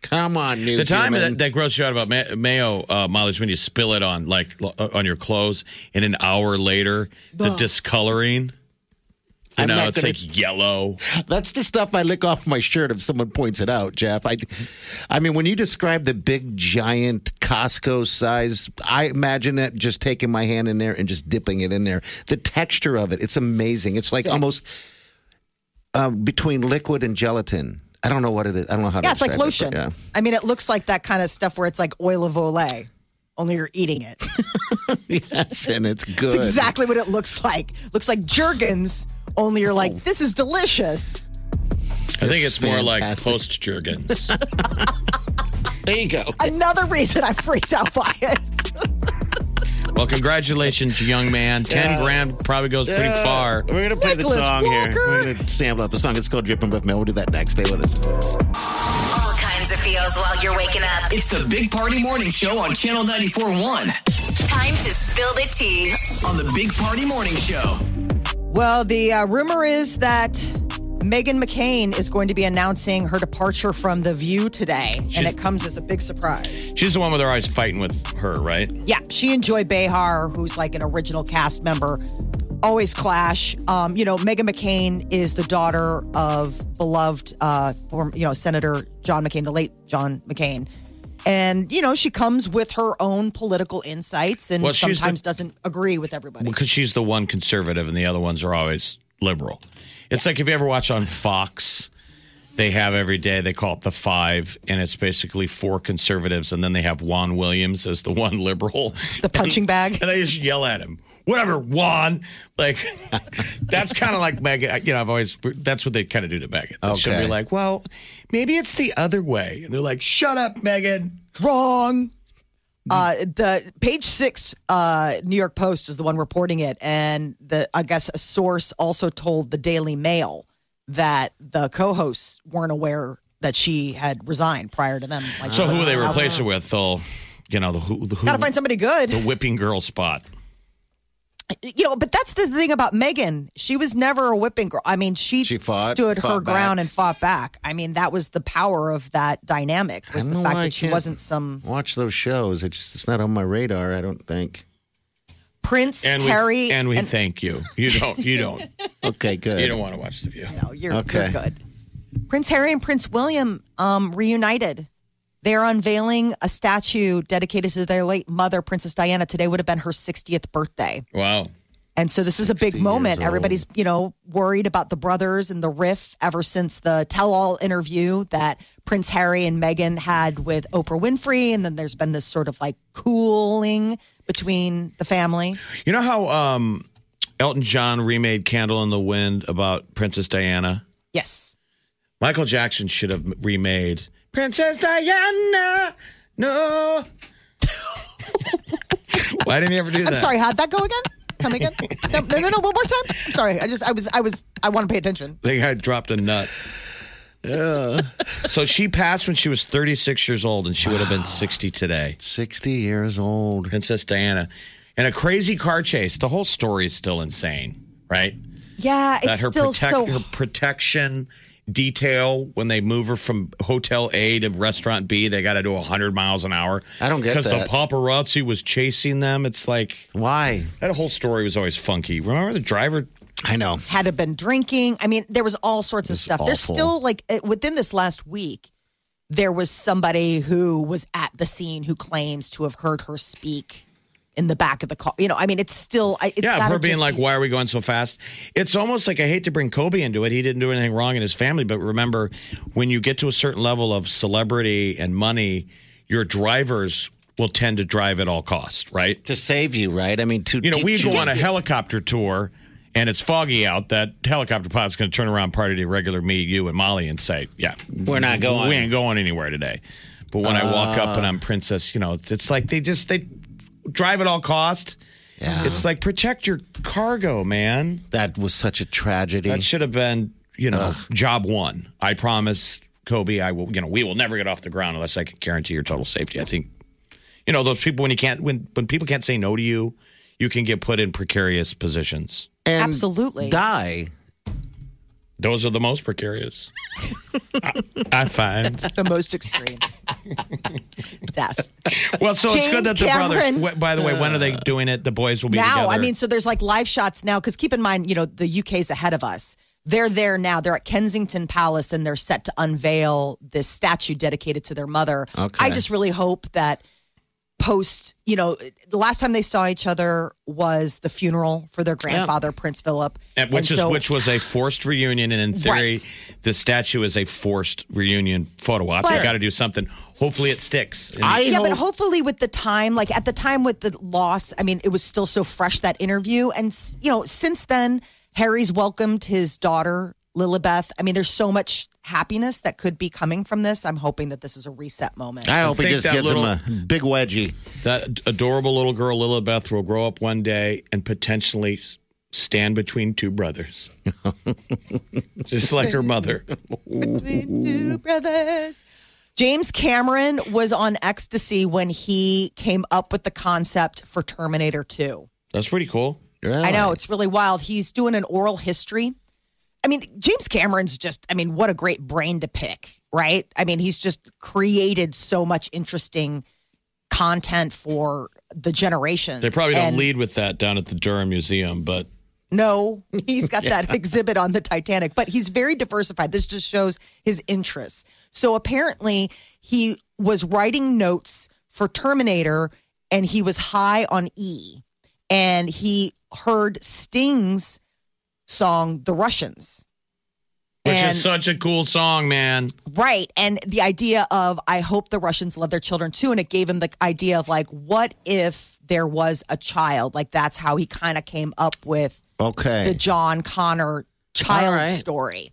Speaker 6: Come on, new
Speaker 7: the time
Speaker 6: human.
Speaker 7: that, that gross you out about ma- mayo, uh, Molly, is when you spill it on like l- uh, on your clothes, and an hour later, the
Speaker 6: Ugh.
Speaker 7: discoloring. You
Speaker 6: I'm
Speaker 7: know,
Speaker 6: not
Speaker 7: it's
Speaker 6: gonna-
Speaker 7: like yellow.
Speaker 6: That's the stuff I lick off my shirt if someone points it out, Jeff. I, I mean, when you describe the big, giant Costco size, I imagine that just taking my hand in there and just dipping it in there. The texture of it, it's amazing. It's like almost uh, between liquid and gelatin. I don't know what it is. I don't know how
Speaker 5: yeah,
Speaker 6: to
Speaker 5: it's like
Speaker 6: describe it,
Speaker 5: lotion.
Speaker 6: but
Speaker 5: I mean, it looks like that kind of stuff where it's like oil of Olay, only you're eating it.
Speaker 6: yeah. yes, and it's good.
Speaker 5: It's exactly what it looks like. Looks like Jergens, only you're like, this is delicious.
Speaker 7: I think it's more like post Jergens.
Speaker 6: There you go.
Speaker 5: Another reason I freaked out by it.
Speaker 7: well, congratulations, young man. Ten
Speaker 6: Yeah.
Speaker 7: grand probably goes pretty
Speaker 6: Yeah.
Speaker 7: far.
Speaker 6: Uh, We're gonna play the song here. We're gonna sample out the song. It's called "Dripping with Mail." We'll do that next. Stay with us.
Speaker 4: All kinds of feels while you're waking up.
Speaker 3: It's the Big Party Morning Show on Channel 94.1.
Speaker 4: Time to spill the tea.
Speaker 3: On the Big Party Morning Show.
Speaker 5: Well, the uh, rumor is that Megan McCain is going to be announcing her departure from The View today, and
Speaker 7: She's-
Speaker 5: it comes as a big surprise.
Speaker 7: She's the one with her eyes fighting with her, right?
Speaker 5: Yeah, she and Joy Behar, who's like an original cast member, always clash. Um, you know, Megan McCain is the daughter of beloved, uh, form, you know, Senator John McCain, the late John McCain. And you know she comes with her own political insights, and
Speaker 7: Well, she's the-
Speaker 5: sometimes doesn't agree with everybody.
Speaker 7: Because she's the one conservative and the other ones are always liberal. It's like if you ever watch on Fox, they have every day, they call it the five, and it's basically four conservatives, and then they have Juan Williams as the one liberal. The
Speaker 5: punching bag.
Speaker 7: And they just yell at him. Whatever, Juan. Like, that's kind of like Megan. You know, I've always, that's what they kind of do to Megan. She'll be
Speaker 6: Okay.
Speaker 7: like, well, maybe it's the other way. And they're like, shut up, Megan.
Speaker 5: Wrong. Uh, the page six, uh, New York Post is the one reporting it, and the I guess a source also told the Daily Mail that the co-hosts weren't aware that she had resigned prior to them. Like,
Speaker 7: So who
Speaker 5: putting
Speaker 7: they
Speaker 5: her out
Speaker 7: replace her
Speaker 5: there.
Speaker 7: with? They'll, you know, the who, the who
Speaker 5: Gotta find somebody good.
Speaker 7: the whipping girl spot.
Speaker 5: You know, but that's the thing about Megan. She was never a whipping girl. I mean, she,
Speaker 6: fought,
Speaker 5: stood her
Speaker 6: fought back.
Speaker 5: ground and fought back. I mean, that was the power of that dynamic was
Speaker 6: I
Speaker 5: the
Speaker 6: don't know
Speaker 5: fact
Speaker 6: why I
Speaker 5: that she
Speaker 6: can't
Speaker 5: wasn't some
Speaker 6: watch those shows. It's just it's not on my radar. I don't think.
Speaker 5: prince
Speaker 7: and we,
Speaker 5: Harry.
Speaker 7: and we thank you. You don't. You don't.
Speaker 6: okay, good.
Speaker 7: You don't want to watch the view.
Speaker 5: No, you're,
Speaker 6: Okay.
Speaker 5: you're good. Prince Harry and Prince William um, reunited. They are unveiling a statue dedicated to their late mother, Princess Diana. Today would have been her 60th birthday.
Speaker 7: Wow.
Speaker 5: And so this is a big
Speaker 7: 60
Speaker 5: moment.
Speaker 7: years old.
Speaker 5: Everybody's, you know, worried about the brothers and the riff ever since the tell all interview that Prince Harry and Meghan had with Oprah Winfrey. And then there's been this sort of like cooling between the family.
Speaker 7: You know how um, Elton John remade "Candle in the Wind" about Princess Diana.
Speaker 5: Yes.
Speaker 7: Michael Jackson should have remade Princess Diana. No. Why didn't he ever do that?
Speaker 5: I'm sorry. How'd that go again? Come again? No, no, no, no. One more time. Sorry. I just, I was, I was, I want to pay attention.
Speaker 7: They had dropped a nut. Yeah. so she passed when she was 36 years old, and she would have been 60 today.
Speaker 6: 60 years old.
Speaker 7: Princess Diana. In a crazy car chase. The whole story is still insane, right?
Speaker 5: Yeah, it's
Speaker 7: that her
Speaker 5: still
Speaker 7: protect-
Speaker 5: so.
Speaker 7: her protection detail when they move her from hotel A to restaurant B, they got to do 100 miles an hour.
Speaker 6: I don't get
Speaker 7: because the
Speaker 6: that.
Speaker 7: paparazzi was chasing them. It's like
Speaker 6: why
Speaker 7: that whole story was always funky. Remember the driver?
Speaker 6: I know.
Speaker 5: had to been drinking. I mean, there was all sorts of stuff. There's
Speaker 7: awful.
Speaker 5: still like uh, within this last week, there was somebody who was at the scene who claims to have heard her speak in the back of the car. You know, I mean, it's still. I- It's
Speaker 7: yeah,
Speaker 5: gotta
Speaker 7: her being
Speaker 5: just
Speaker 7: like,
Speaker 5: be-
Speaker 7: "Why are we going so fast?" It's almost like I hate to bring Kobe into it. He didn't do anything wrong in his family, but remember, when you get to a certain level of celebrity and money, your drivers will tend to drive at all costs, right?
Speaker 6: To save you, right? I mean, to
Speaker 7: you know,
Speaker 6: to-
Speaker 7: we
Speaker 6: to-
Speaker 7: go on a helicopter tour. And it's foggy out. That helicopter pilot's going to turn around, party to regular me, you, and Molly, and say, "Yeah,
Speaker 6: We're not going."
Speaker 7: We ain't going anywhere today." But when I walk up and
Speaker 6: Ah.
Speaker 7: I'm Princess, you know, it's, it's like they just they drive at all cost. It's like protect your cargo, man.
Speaker 6: That was such a tragedy.
Speaker 7: That should have been, you know, job one. I promise Kobe, I will, you know, we will never get off the ground unless I can guarantee your total safety. I think, you know, those people when you can't when when people can't say no to you, you can get put in precarious positions.
Speaker 6: and
Speaker 5: Absolutely.
Speaker 6: die.
Speaker 7: Those are the most precarious. I, I find.
Speaker 5: the most extreme death.
Speaker 7: Well, so it's good
Speaker 5: James
Speaker 7: that the
Speaker 5: Cameron.
Speaker 7: brothers. wh- By the way, when are they doing it? The boys will be
Speaker 5: now,
Speaker 7: together.
Speaker 5: I mean, so there's like live shots now because keep in mind, you know, the UK's ahead of us. They're there now. They're at Kensington Palace and they're set to unveil this statue dedicated to their mother.
Speaker 6: Okay.
Speaker 5: I just really hope that post, you know, the last time they saw each other was the funeral for their grandfather, Prince Philip.
Speaker 7: And which
Speaker 5: And so-
Speaker 7: is which was a forced reunion, and in theory, the statue is a forced reunion photo op. They
Speaker 5: But-
Speaker 7: got to do something. Hopefully, it sticks. And-
Speaker 5: yeah, but hopefully with the time, like at the time with the loss, I mean, it was still so fresh that interview, and s- you know, since then, Harry's welcomed his daughter Lilibeth. I mean, there's so much happiness that could be coming from this. I'm hoping that this is a reset moment.
Speaker 6: I hope he
Speaker 7: think
Speaker 6: just
Speaker 7: that
Speaker 6: gives
Speaker 7: little-
Speaker 6: him a big wedgie.
Speaker 7: that adorable little girl Lilibeth will grow up one day and potentially s- stand between two brothers, just like her mother.
Speaker 5: Two brothers. James Cameron was on ecstasy when he came up with the concept for Terminator 2.
Speaker 7: That's pretty cool.
Speaker 5: I know it's really wild. He's doing an oral history. I mean, James Cameron's just, I mean, what a great brain to pick, right? I mean, he's just created so much interesting content for the generations.
Speaker 7: They probably don't
Speaker 5: And
Speaker 7: lead with that down at the Durham Museum, but
Speaker 5: No, he's got that exhibit on the Titanic, but he's very diversified. This just shows his interests. So apparently, he was writing notes for Terminator and he was high on E and he heard Sting's song, The Russians.
Speaker 7: which
Speaker 5: And-
Speaker 7: is such a cool song, man.
Speaker 5: Right. And the idea of, I hope the Russians love their children too. And it gave him the idea of, like, what if there was a child? Like, that's how he kind of came up with the
Speaker 6: Okay.
Speaker 5: John Connor
Speaker 6: All
Speaker 5: child
Speaker 6: right.
Speaker 5: story.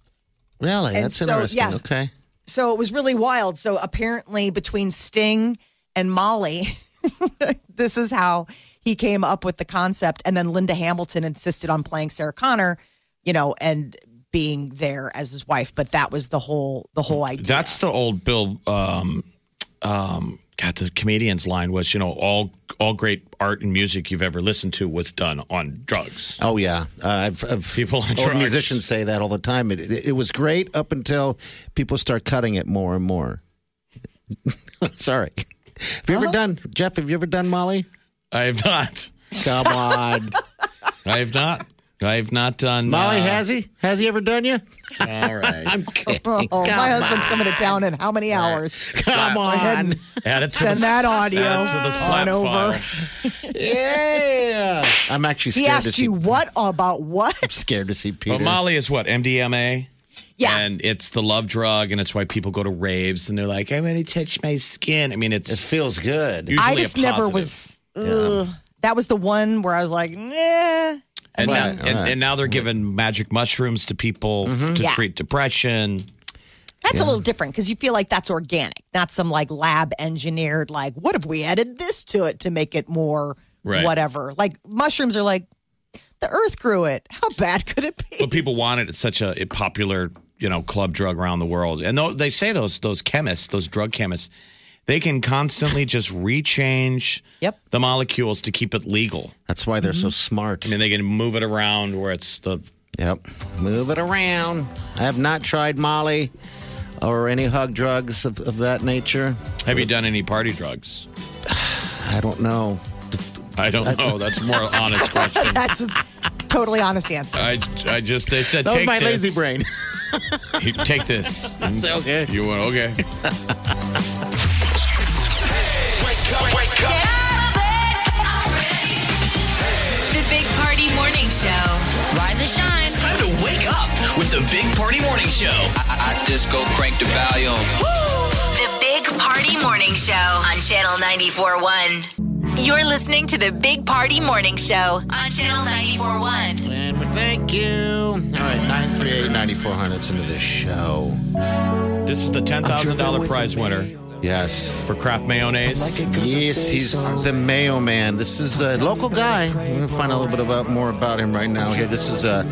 Speaker 6: really?
Speaker 5: And
Speaker 6: That's
Speaker 5: so,
Speaker 6: interesting.
Speaker 5: yeah.
Speaker 6: Okay.
Speaker 5: So it was really wild. So apparently, between Sting and Molly, this is how he came up with the concept. And then Linda Hamilton insisted on playing Sarah Connor, you know, and being there as his wife. But that was the whole the whole idea.
Speaker 7: That's the old Bill. Um, um, God, the comedian's line was, you know, all all great art and music you've ever listened to was done on drugs.
Speaker 6: Oh yeah, uh, I've, I've
Speaker 7: People on
Speaker 6: old
Speaker 7: drugs.
Speaker 6: musicians say that all the time. It, it, it was great up until people start cutting it more and more. Sorry. Have you ever done Jeff? Have you ever done Molly?
Speaker 7: I have not.
Speaker 6: Come on,
Speaker 7: I have not. I have not done.
Speaker 6: Molly.
Speaker 7: uh,
Speaker 6: Has he? Has he ever done you?
Speaker 7: All right.
Speaker 6: I'm kidding.
Speaker 5: Oh, my
Speaker 6: Come
Speaker 5: husband's coming to town in how many hours?
Speaker 6: Come
Speaker 5: Go ahead
Speaker 6: on.
Speaker 5: and-
Speaker 7: Add it to
Speaker 5: Send
Speaker 7: the,
Speaker 5: that audio
Speaker 7: add it to the slap
Speaker 5: on over.
Speaker 7: file.
Speaker 6: Yeah. I'm actually
Speaker 5: He
Speaker 6: scared to
Speaker 5: asked
Speaker 6: see.
Speaker 5: you what about what?
Speaker 6: I'm scared to see Peter.
Speaker 7: Well, Molly is what MDMA.
Speaker 5: Yeah.
Speaker 7: And it's the love drug, and it's why people go to raves and they're like, "I want to touch my skin." I mean,
Speaker 6: It
Speaker 7: it's
Speaker 6: feels good.
Speaker 7: usually
Speaker 5: I
Speaker 7: a
Speaker 5: just never
Speaker 7: positive.
Speaker 5: was. ugh. That was the one where I was like, nah.
Speaker 6: Right,
Speaker 7: And, now, and,
Speaker 6: right.
Speaker 7: and now they're giving magic mushrooms to people
Speaker 5: Mhm.
Speaker 7: to
Speaker 5: Yeah.
Speaker 7: treat depression.
Speaker 5: That's a
Speaker 7: Yeah.
Speaker 5: little different because you feel like that's organic, not some like lab engineered, like, what if we added this to it to make it more
Speaker 7: Right.
Speaker 5: whatever? Like, mushrooms are like, the earth grew it. How bad could it be?
Speaker 7: But people want it. It's such a, a popular, you know, club drug around the world. And though they say those those chemists, those drug chemists, they can constantly just rechange
Speaker 5: yep.
Speaker 7: the molecules to keep it legal.
Speaker 6: That's why they're so
Speaker 5: Mm-hmm.
Speaker 6: smart.
Speaker 7: I mean, they can move it around where it's the
Speaker 6: Yep. Move it around. I have not tried Molly or any hug drugs of, of that nature.
Speaker 7: Have you done any party drugs?
Speaker 6: I don't know.
Speaker 7: I don't know. That's a more honest question.
Speaker 5: that's a totally honest answer.
Speaker 7: I, I just they said
Speaker 5: That was
Speaker 7: take
Speaker 5: my
Speaker 7: this."
Speaker 5: lazy brain.
Speaker 7: You take this. okay. You went okay.
Speaker 4: The Big Party Morning Show. Rise and shine.
Speaker 3: It's time to wake up with the Big Party Morning Show. I, I just go crank the volume.
Speaker 4: The Big Party Morning Show on Channel 94.1. You're listening to the Big Party Morning Show on Channel 94.1.
Speaker 6: And we thank you. All right, 938 9400's into this show.
Speaker 7: This is the ten thousand dollar prize winner.
Speaker 6: Yes.
Speaker 7: For Kraft mayonnaise.
Speaker 6: Yes, he's the mayo man. This is a local guy. We're gonna find out a little bit about more about him right now. Here, this is uh,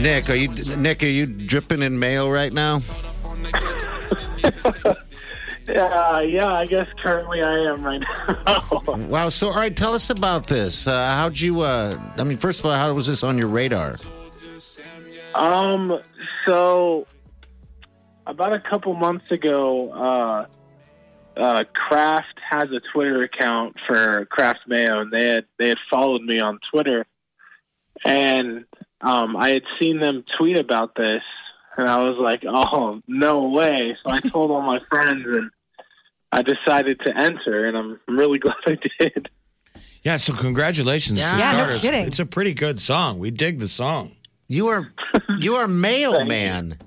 Speaker 6: Nick. Are you Nick? Are you dripping in mayo right now?
Speaker 12: Yeah, Uh, yeah, I guess currently I am right now.
Speaker 6: Wow. So, all right, tell us about this. Uh, how'd you? Uh, I mean, first of all, how was this on your radar?
Speaker 12: um, so about a couple months ago, uh, uh, Kraft has a Twitter account for Kraft Mayo, and they had they had followed me on Twitter, and um, I had seen them tweet about this, and I was like, "Oh, no way!" So I told all my friends, and I decided to enter, and I'm really glad I did.
Speaker 7: Yeah, so congratulations
Speaker 6: Yeah.
Speaker 7: for
Speaker 6: Yeah, no
Speaker 7: starters.
Speaker 6: kidding.
Speaker 7: It's a pretty good song. We dig the song.
Speaker 6: You are, you are mayo man.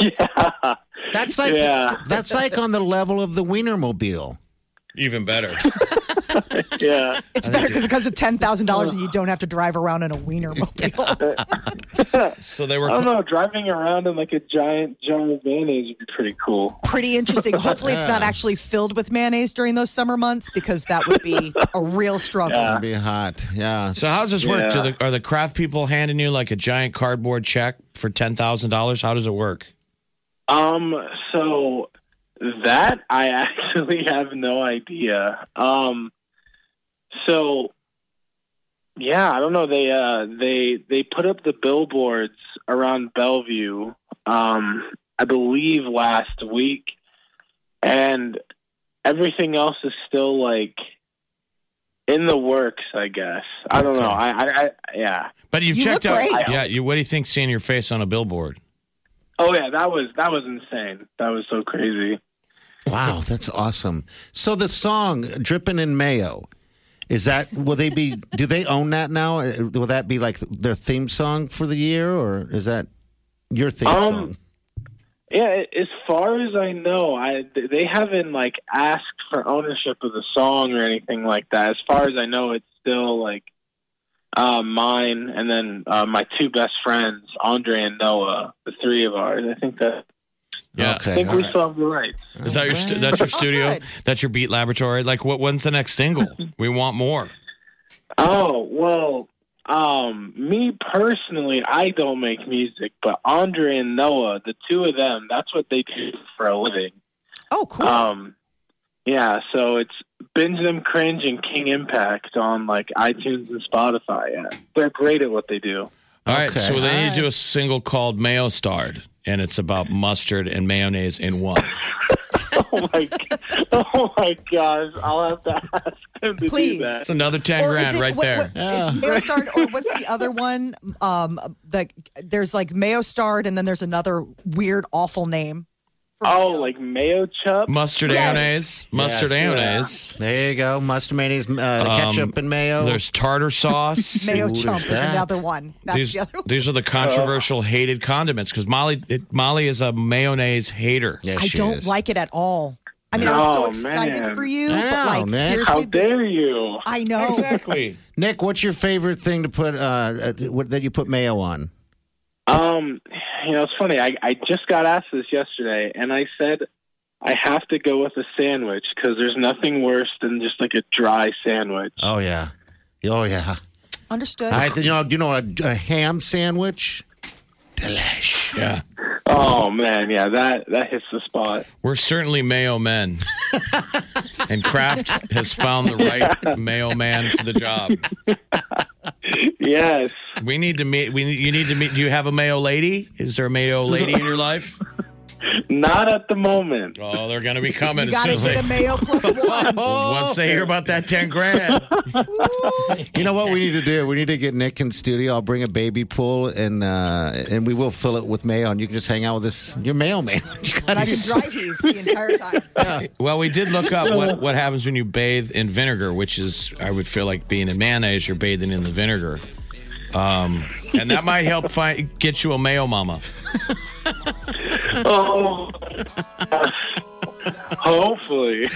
Speaker 12: yeah.
Speaker 6: That's like
Speaker 7: Yeah.
Speaker 6: that's like on the level of the Wienermobile.
Speaker 7: Even better.
Speaker 12: yeah.
Speaker 5: It's better because it comes with $10,000 and you don't have to drive around in a wiener mobile.
Speaker 7: So they were.
Speaker 12: I don't know. Driving around in like a giant giant mayonnaise would be pretty cool.
Speaker 5: Pretty interesting. Hopefully, it's not actually filled with mayonnaise during those summer months because that would be a real struggle.
Speaker 6: It'd be hot. Yeah.
Speaker 7: So how does this work? Do
Speaker 6: Yeah.
Speaker 7: the, are the craft people handing you like a giant cardboard check for ten thousand dollars? How does it work?
Speaker 12: Um, so that I actually have no idea. Um, so yeah, I don't know. They uh, they they put up the billboards around Bellevue. Um, I believe last week, and everything else is still like in the works. I guess I don't know. I, I, I yeah.
Speaker 7: But you've
Speaker 12: You
Speaker 7: checked
Speaker 12: look
Speaker 7: out.
Speaker 12: great.
Speaker 7: Yeah. You, what do you think seeing your face on a billboard?
Speaker 12: Oh yeah, that was that was insane. That was so crazy.
Speaker 6: Wow, that's awesome. So the song "Dripping in Mayo" is that? Will they be? do they own that now? Uh, Will that be like their theme song for the year, or is that your theme
Speaker 12: Um,
Speaker 6: song?
Speaker 12: Yeah, as far as I know, I th- they haven't like asked for ownership of the song or anything like that. As far as I know, it's still like uh, mine and then uh, my two best friends, Andre and Noah, the three of ours. I think that
Speaker 7: Yeah.
Speaker 12: I think we still have the rights.
Speaker 7: Is that your stu- that's your
Speaker 5: Oh,
Speaker 7: studio? that's your beat laboratory? Like what? When's the next single? we want more.
Speaker 12: Oh well, um, me personally, I don't make music, but Andre and Noah, the two of them, that's what they do for a living.
Speaker 5: Oh, cool.
Speaker 12: Um, yeah, so it's binge them cringe and King Impact on like iTunes and Spotify. Yeah, they're great at what they do.
Speaker 7: All right.
Speaker 12: Okay.
Speaker 7: So they need
Speaker 12: All
Speaker 7: to do a single called Mayo Starred, and it's about mustard and mayonnaise in one.
Speaker 12: oh my, oh my gosh! I'll have to ask them to
Speaker 5: Please.
Speaker 12: do that.
Speaker 7: It's another ten
Speaker 5: Or is
Speaker 7: grand
Speaker 5: it-
Speaker 7: right
Speaker 5: what-
Speaker 7: there.
Speaker 5: what- It's Mayo starred, or what's the other one? Um, the, there's like Mayo starred, and then there's another weird, awful name.
Speaker 12: Oh, like mayo chub,
Speaker 7: mustard mayonnaise, mustard mayonnaise.
Speaker 6: There you go, mustard mayonnaise, uh, the ketchup and mayo.
Speaker 7: There's tartar sauce.
Speaker 5: Mayo chump is another one. That's
Speaker 7: these,
Speaker 5: the other one.
Speaker 7: these are the controversial hated condiments because Molly it, Molly is a mayonnaise hater.
Speaker 5: I don't like it at all. I mean, I was so
Speaker 6: Oh,
Speaker 5: excited
Speaker 6: man.
Speaker 5: for you,
Speaker 6: I
Speaker 5: but
Speaker 6: know,
Speaker 5: like
Speaker 6: man.
Speaker 5: seriously,
Speaker 6: How
Speaker 5: this-
Speaker 6: dare you.
Speaker 5: I know
Speaker 6: Nick, what's your favorite thing to put uh, uh, what, that you put mayo on?
Speaker 12: Um, you know, it's funny. I, I just got asked this yesterday, and I said I have to go with a sandwich because there's nothing worse than just like a dry sandwich.
Speaker 6: Oh yeah, oh yeah.
Speaker 5: Understood.
Speaker 6: I, you know, you know, a, a ham sandwich. Delish.
Speaker 7: Yeah.
Speaker 12: Oh man, yeah, that that hits the spot.
Speaker 7: We're certainly mayo men. and Kraft has found the right mayo man for the job.
Speaker 12: Yes.
Speaker 7: We need to meet. We need, you need to meet. Do you have a mayo lady? Is there a mayo lady in your life?
Speaker 12: Not at the moment.
Speaker 7: Oh, they're going to be coming
Speaker 5: you
Speaker 7: as
Speaker 5: gotta
Speaker 7: soon as they.
Speaker 5: get a mayo plus one.
Speaker 7: Once they hear about that ten grand,
Speaker 6: You know what we need to do? We need to get Nick in studio. I'll bring a baby pool and uh, and we will fill it with mayo, and you can just hang out with this your mailman. You
Speaker 5: and
Speaker 6: gotta
Speaker 5: I can
Speaker 6: get-
Speaker 5: dry heave the entire time.
Speaker 7: Well, we did look up what, what happens when you bathe in vinegar, which is I would feel like being in mayonnaise, you're bathing in the vinegar, um, and that might help find get you a mayo mama.
Speaker 12: Oh. Hopefully.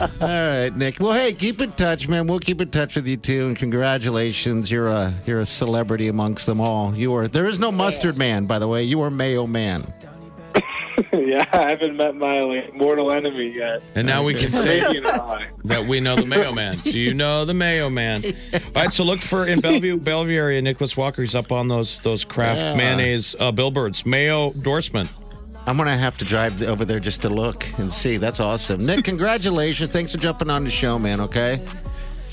Speaker 6: All right, Nick. Well, hey, keep in touch, man. We'll keep in touch with you too. And congratulations, you're a you're a celebrity amongst them all. You are. There is no mustard man, by the way. You are mayo man.
Speaker 12: yeah, I haven't met my like, mortal enemy yet.
Speaker 7: And now we can say
Speaker 12: Maybe in Ohio.
Speaker 7: that we know the mayo man. Do you know the mayo man? All right, so look for in Bellevue, Bellevue area. Nicholas Walker's up on those those craft
Speaker 6: Yeah.
Speaker 7: mayonnaise uh, billboards, mayo endorsement.
Speaker 6: I'm gonna have to drive over there just to look and see. That's awesome, Nick. Congratulations. Thanks for jumping on the show, man. Okay.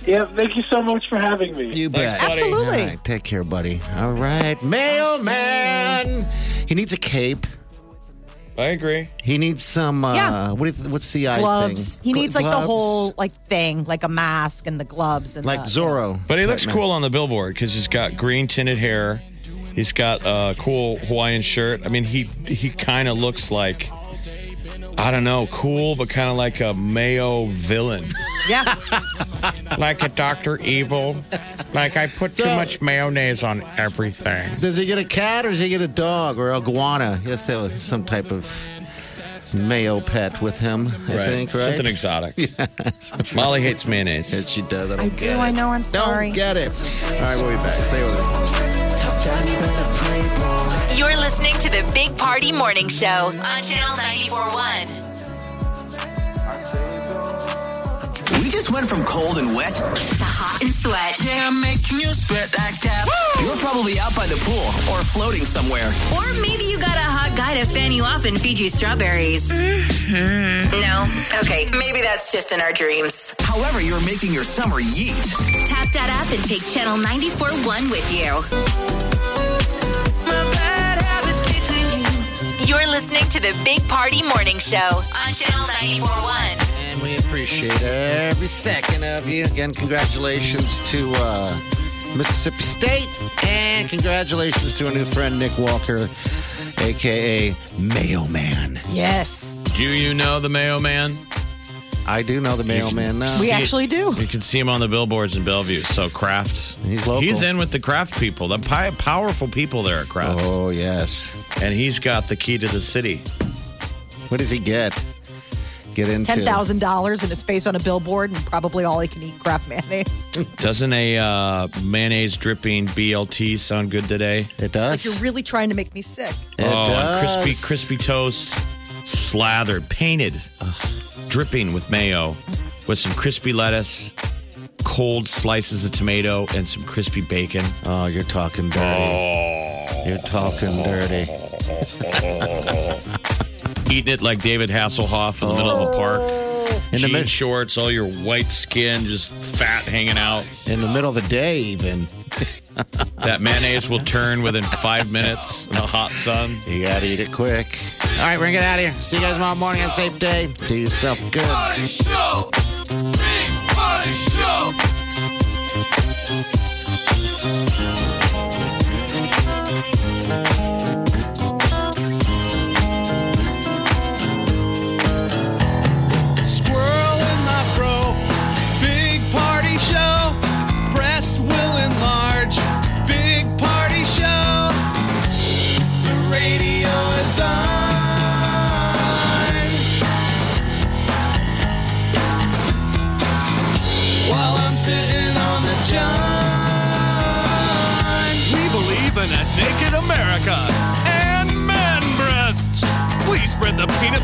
Speaker 12: Yeah, thank you so much for having me.
Speaker 6: You bet.
Speaker 5: Absolutely.
Speaker 6: All right, take care, buddy. All right, mailman. He needs a cape.
Speaker 7: I agree.
Speaker 6: He needs some. Uh,
Speaker 5: Yeah.
Speaker 6: what is, what's the eye
Speaker 5: gloves.
Speaker 6: thing?
Speaker 5: He
Speaker 6: Gl-
Speaker 5: needs like the
Speaker 6: gloves?
Speaker 5: whole uh, like thing, like a mask and the gloves and
Speaker 6: like
Speaker 5: the,
Speaker 6: Zorro.
Speaker 7: But he
Speaker 6: That
Speaker 7: looks
Speaker 6: man.
Speaker 7: cool on the billboard because he's got green tinted hair. He's got a cool Hawaiian shirt. I mean, he he kind of looks like I don't know, cool, but kind of like a Mayo villain,
Speaker 5: Yeah.
Speaker 7: like a Doctor Evil. Like I put too much mayonnaise on everything.
Speaker 6: Does he get a cat or does he get a dog or iguana? He has to have some type of mayo pet with him, I think, right?
Speaker 7: Something exotic. Molly hates mayonnaise.
Speaker 6: that she does. I, don't
Speaker 5: I
Speaker 6: get
Speaker 5: do.
Speaker 6: It.
Speaker 5: I know. I'm sorry.
Speaker 6: Don't get it. All right, we'll be back. Stay with us.
Speaker 4: You're listening to the Big Party Morning Show on Channel 941.
Speaker 3: We just went from cold and wet.
Speaker 4: To hot and sweat.
Speaker 3: Yeah, I'm making you sweat like that. You're probably out by the pool or floating somewhere.
Speaker 4: Or maybe you got a hot guy to fan you off and feed you strawberries.
Speaker 3: Mm-hmm.
Speaker 4: No? Okay, maybe that's just in our dreams.
Speaker 3: However, you're making your summer yeet.
Speaker 4: Tap that app and take Channel 941 with you. You're listening to the Big Party Morning Show on Channel 941.
Speaker 6: And we appreciate every second of you. Again, congratulations to uh, Mississippi State. And congratulations to our new friend, Nick Walker, a.k.a. Mayo Man.
Speaker 5: Yes.
Speaker 7: Do you know the Mayo Man?
Speaker 6: I do know the mailman now.
Speaker 5: We actually do.
Speaker 7: You can see him on the billboards in Bellevue. So Kraft,
Speaker 6: He's local.
Speaker 7: He's in with the Kraft people, the pi- powerful people there at Kraft,
Speaker 6: Oh, yes.
Speaker 7: and he's got the key to the city.
Speaker 6: What does he get? Get into
Speaker 5: Ten thousand dollars in his face on a billboard, and probably all he can eat Kraft mayonnaise. It's
Speaker 7: Doesn't a uh, mayonnaise dripping BLT sound good today?
Speaker 6: It
Speaker 5: like
Speaker 6: does.
Speaker 5: you're really trying to make me sick.
Speaker 6: It
Speaker 7: oh, and
Speaker 6: does.
Speaker 7: crispy, crispy toast, slathered, painted, dripping with mayo, with some crispy lettuce, cold slices of tomato, and some crispy bacon.
Speaker 6: Oh, you're talking dirty.
Speaker 7: Oh.
Speaker 6: You're talking dirty.
Speaker 7: Eating it like David Hasselhoff in the middle of a park.
Speaker 6: In the
Speaker 7: Jean
Speaker 6: mid-
Speaker 7: shorts, all your white skin, just fat hanging out.
Speaker 6: in the middle of the day, even.
Speaker 7: That mayonnaise will turn within five minutes in the hot sun.
Speaker 6: You gotta eat it quick. All right, we're gonna get out of here. See you guys tomorrow morning. Have a safe day. Do yourself good.
Speaker 8: Party show. Big party show. Squirrel in my fro. Big party show. Breast will enlarge. Big party show. The radio is on.
Speaker 13: sitting on the john. We believe in a naked America and man breasts. Please spread the peanut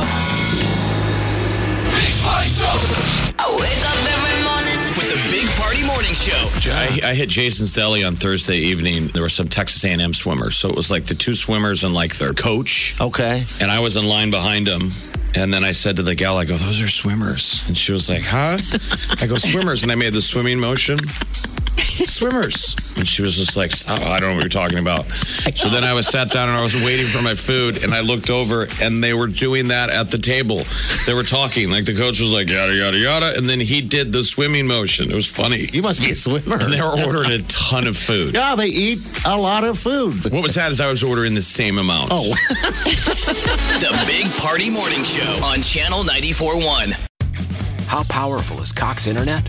Speaker 13: show.
Speaker 14: I wake up every morning.
Speaker 15: With the Big Party Morning Show.
Speaker 7: I, I hit Jason's Deli on Thursday evening. There were some Texas A&M swimmers, so it was like the two swimmers and like their coach.
Speaker 6: Okay.
Speaker 7: And I was in line behind them, and then I said to the gal, "I go, those are swimmers," and she was like, "Huh?" I go, "Swimmers," and I made the swimming motion. Swimmers. And she was just like, "Stop, I don't know what you're talking about. So then I was sat down and I was waiting for my food, and I looked over, and they were doing that at the table. They were talking. Like the coach was like, yada, yada, yada. And then he did the swimming motion. It was funny. You
Speaker 6: must be a swimmer.
Speaker 7: And they were ordering a ton of food.
Speaker 6: Yeah, they eat a lot of food.
Speaker 7: What was sad is I was ordering the same amount.
Speaker 6: Oh.
Speaker 15: The Big Party Morning Show on Channel 94.1.
Speaker 3: How powerful is Cox Internet?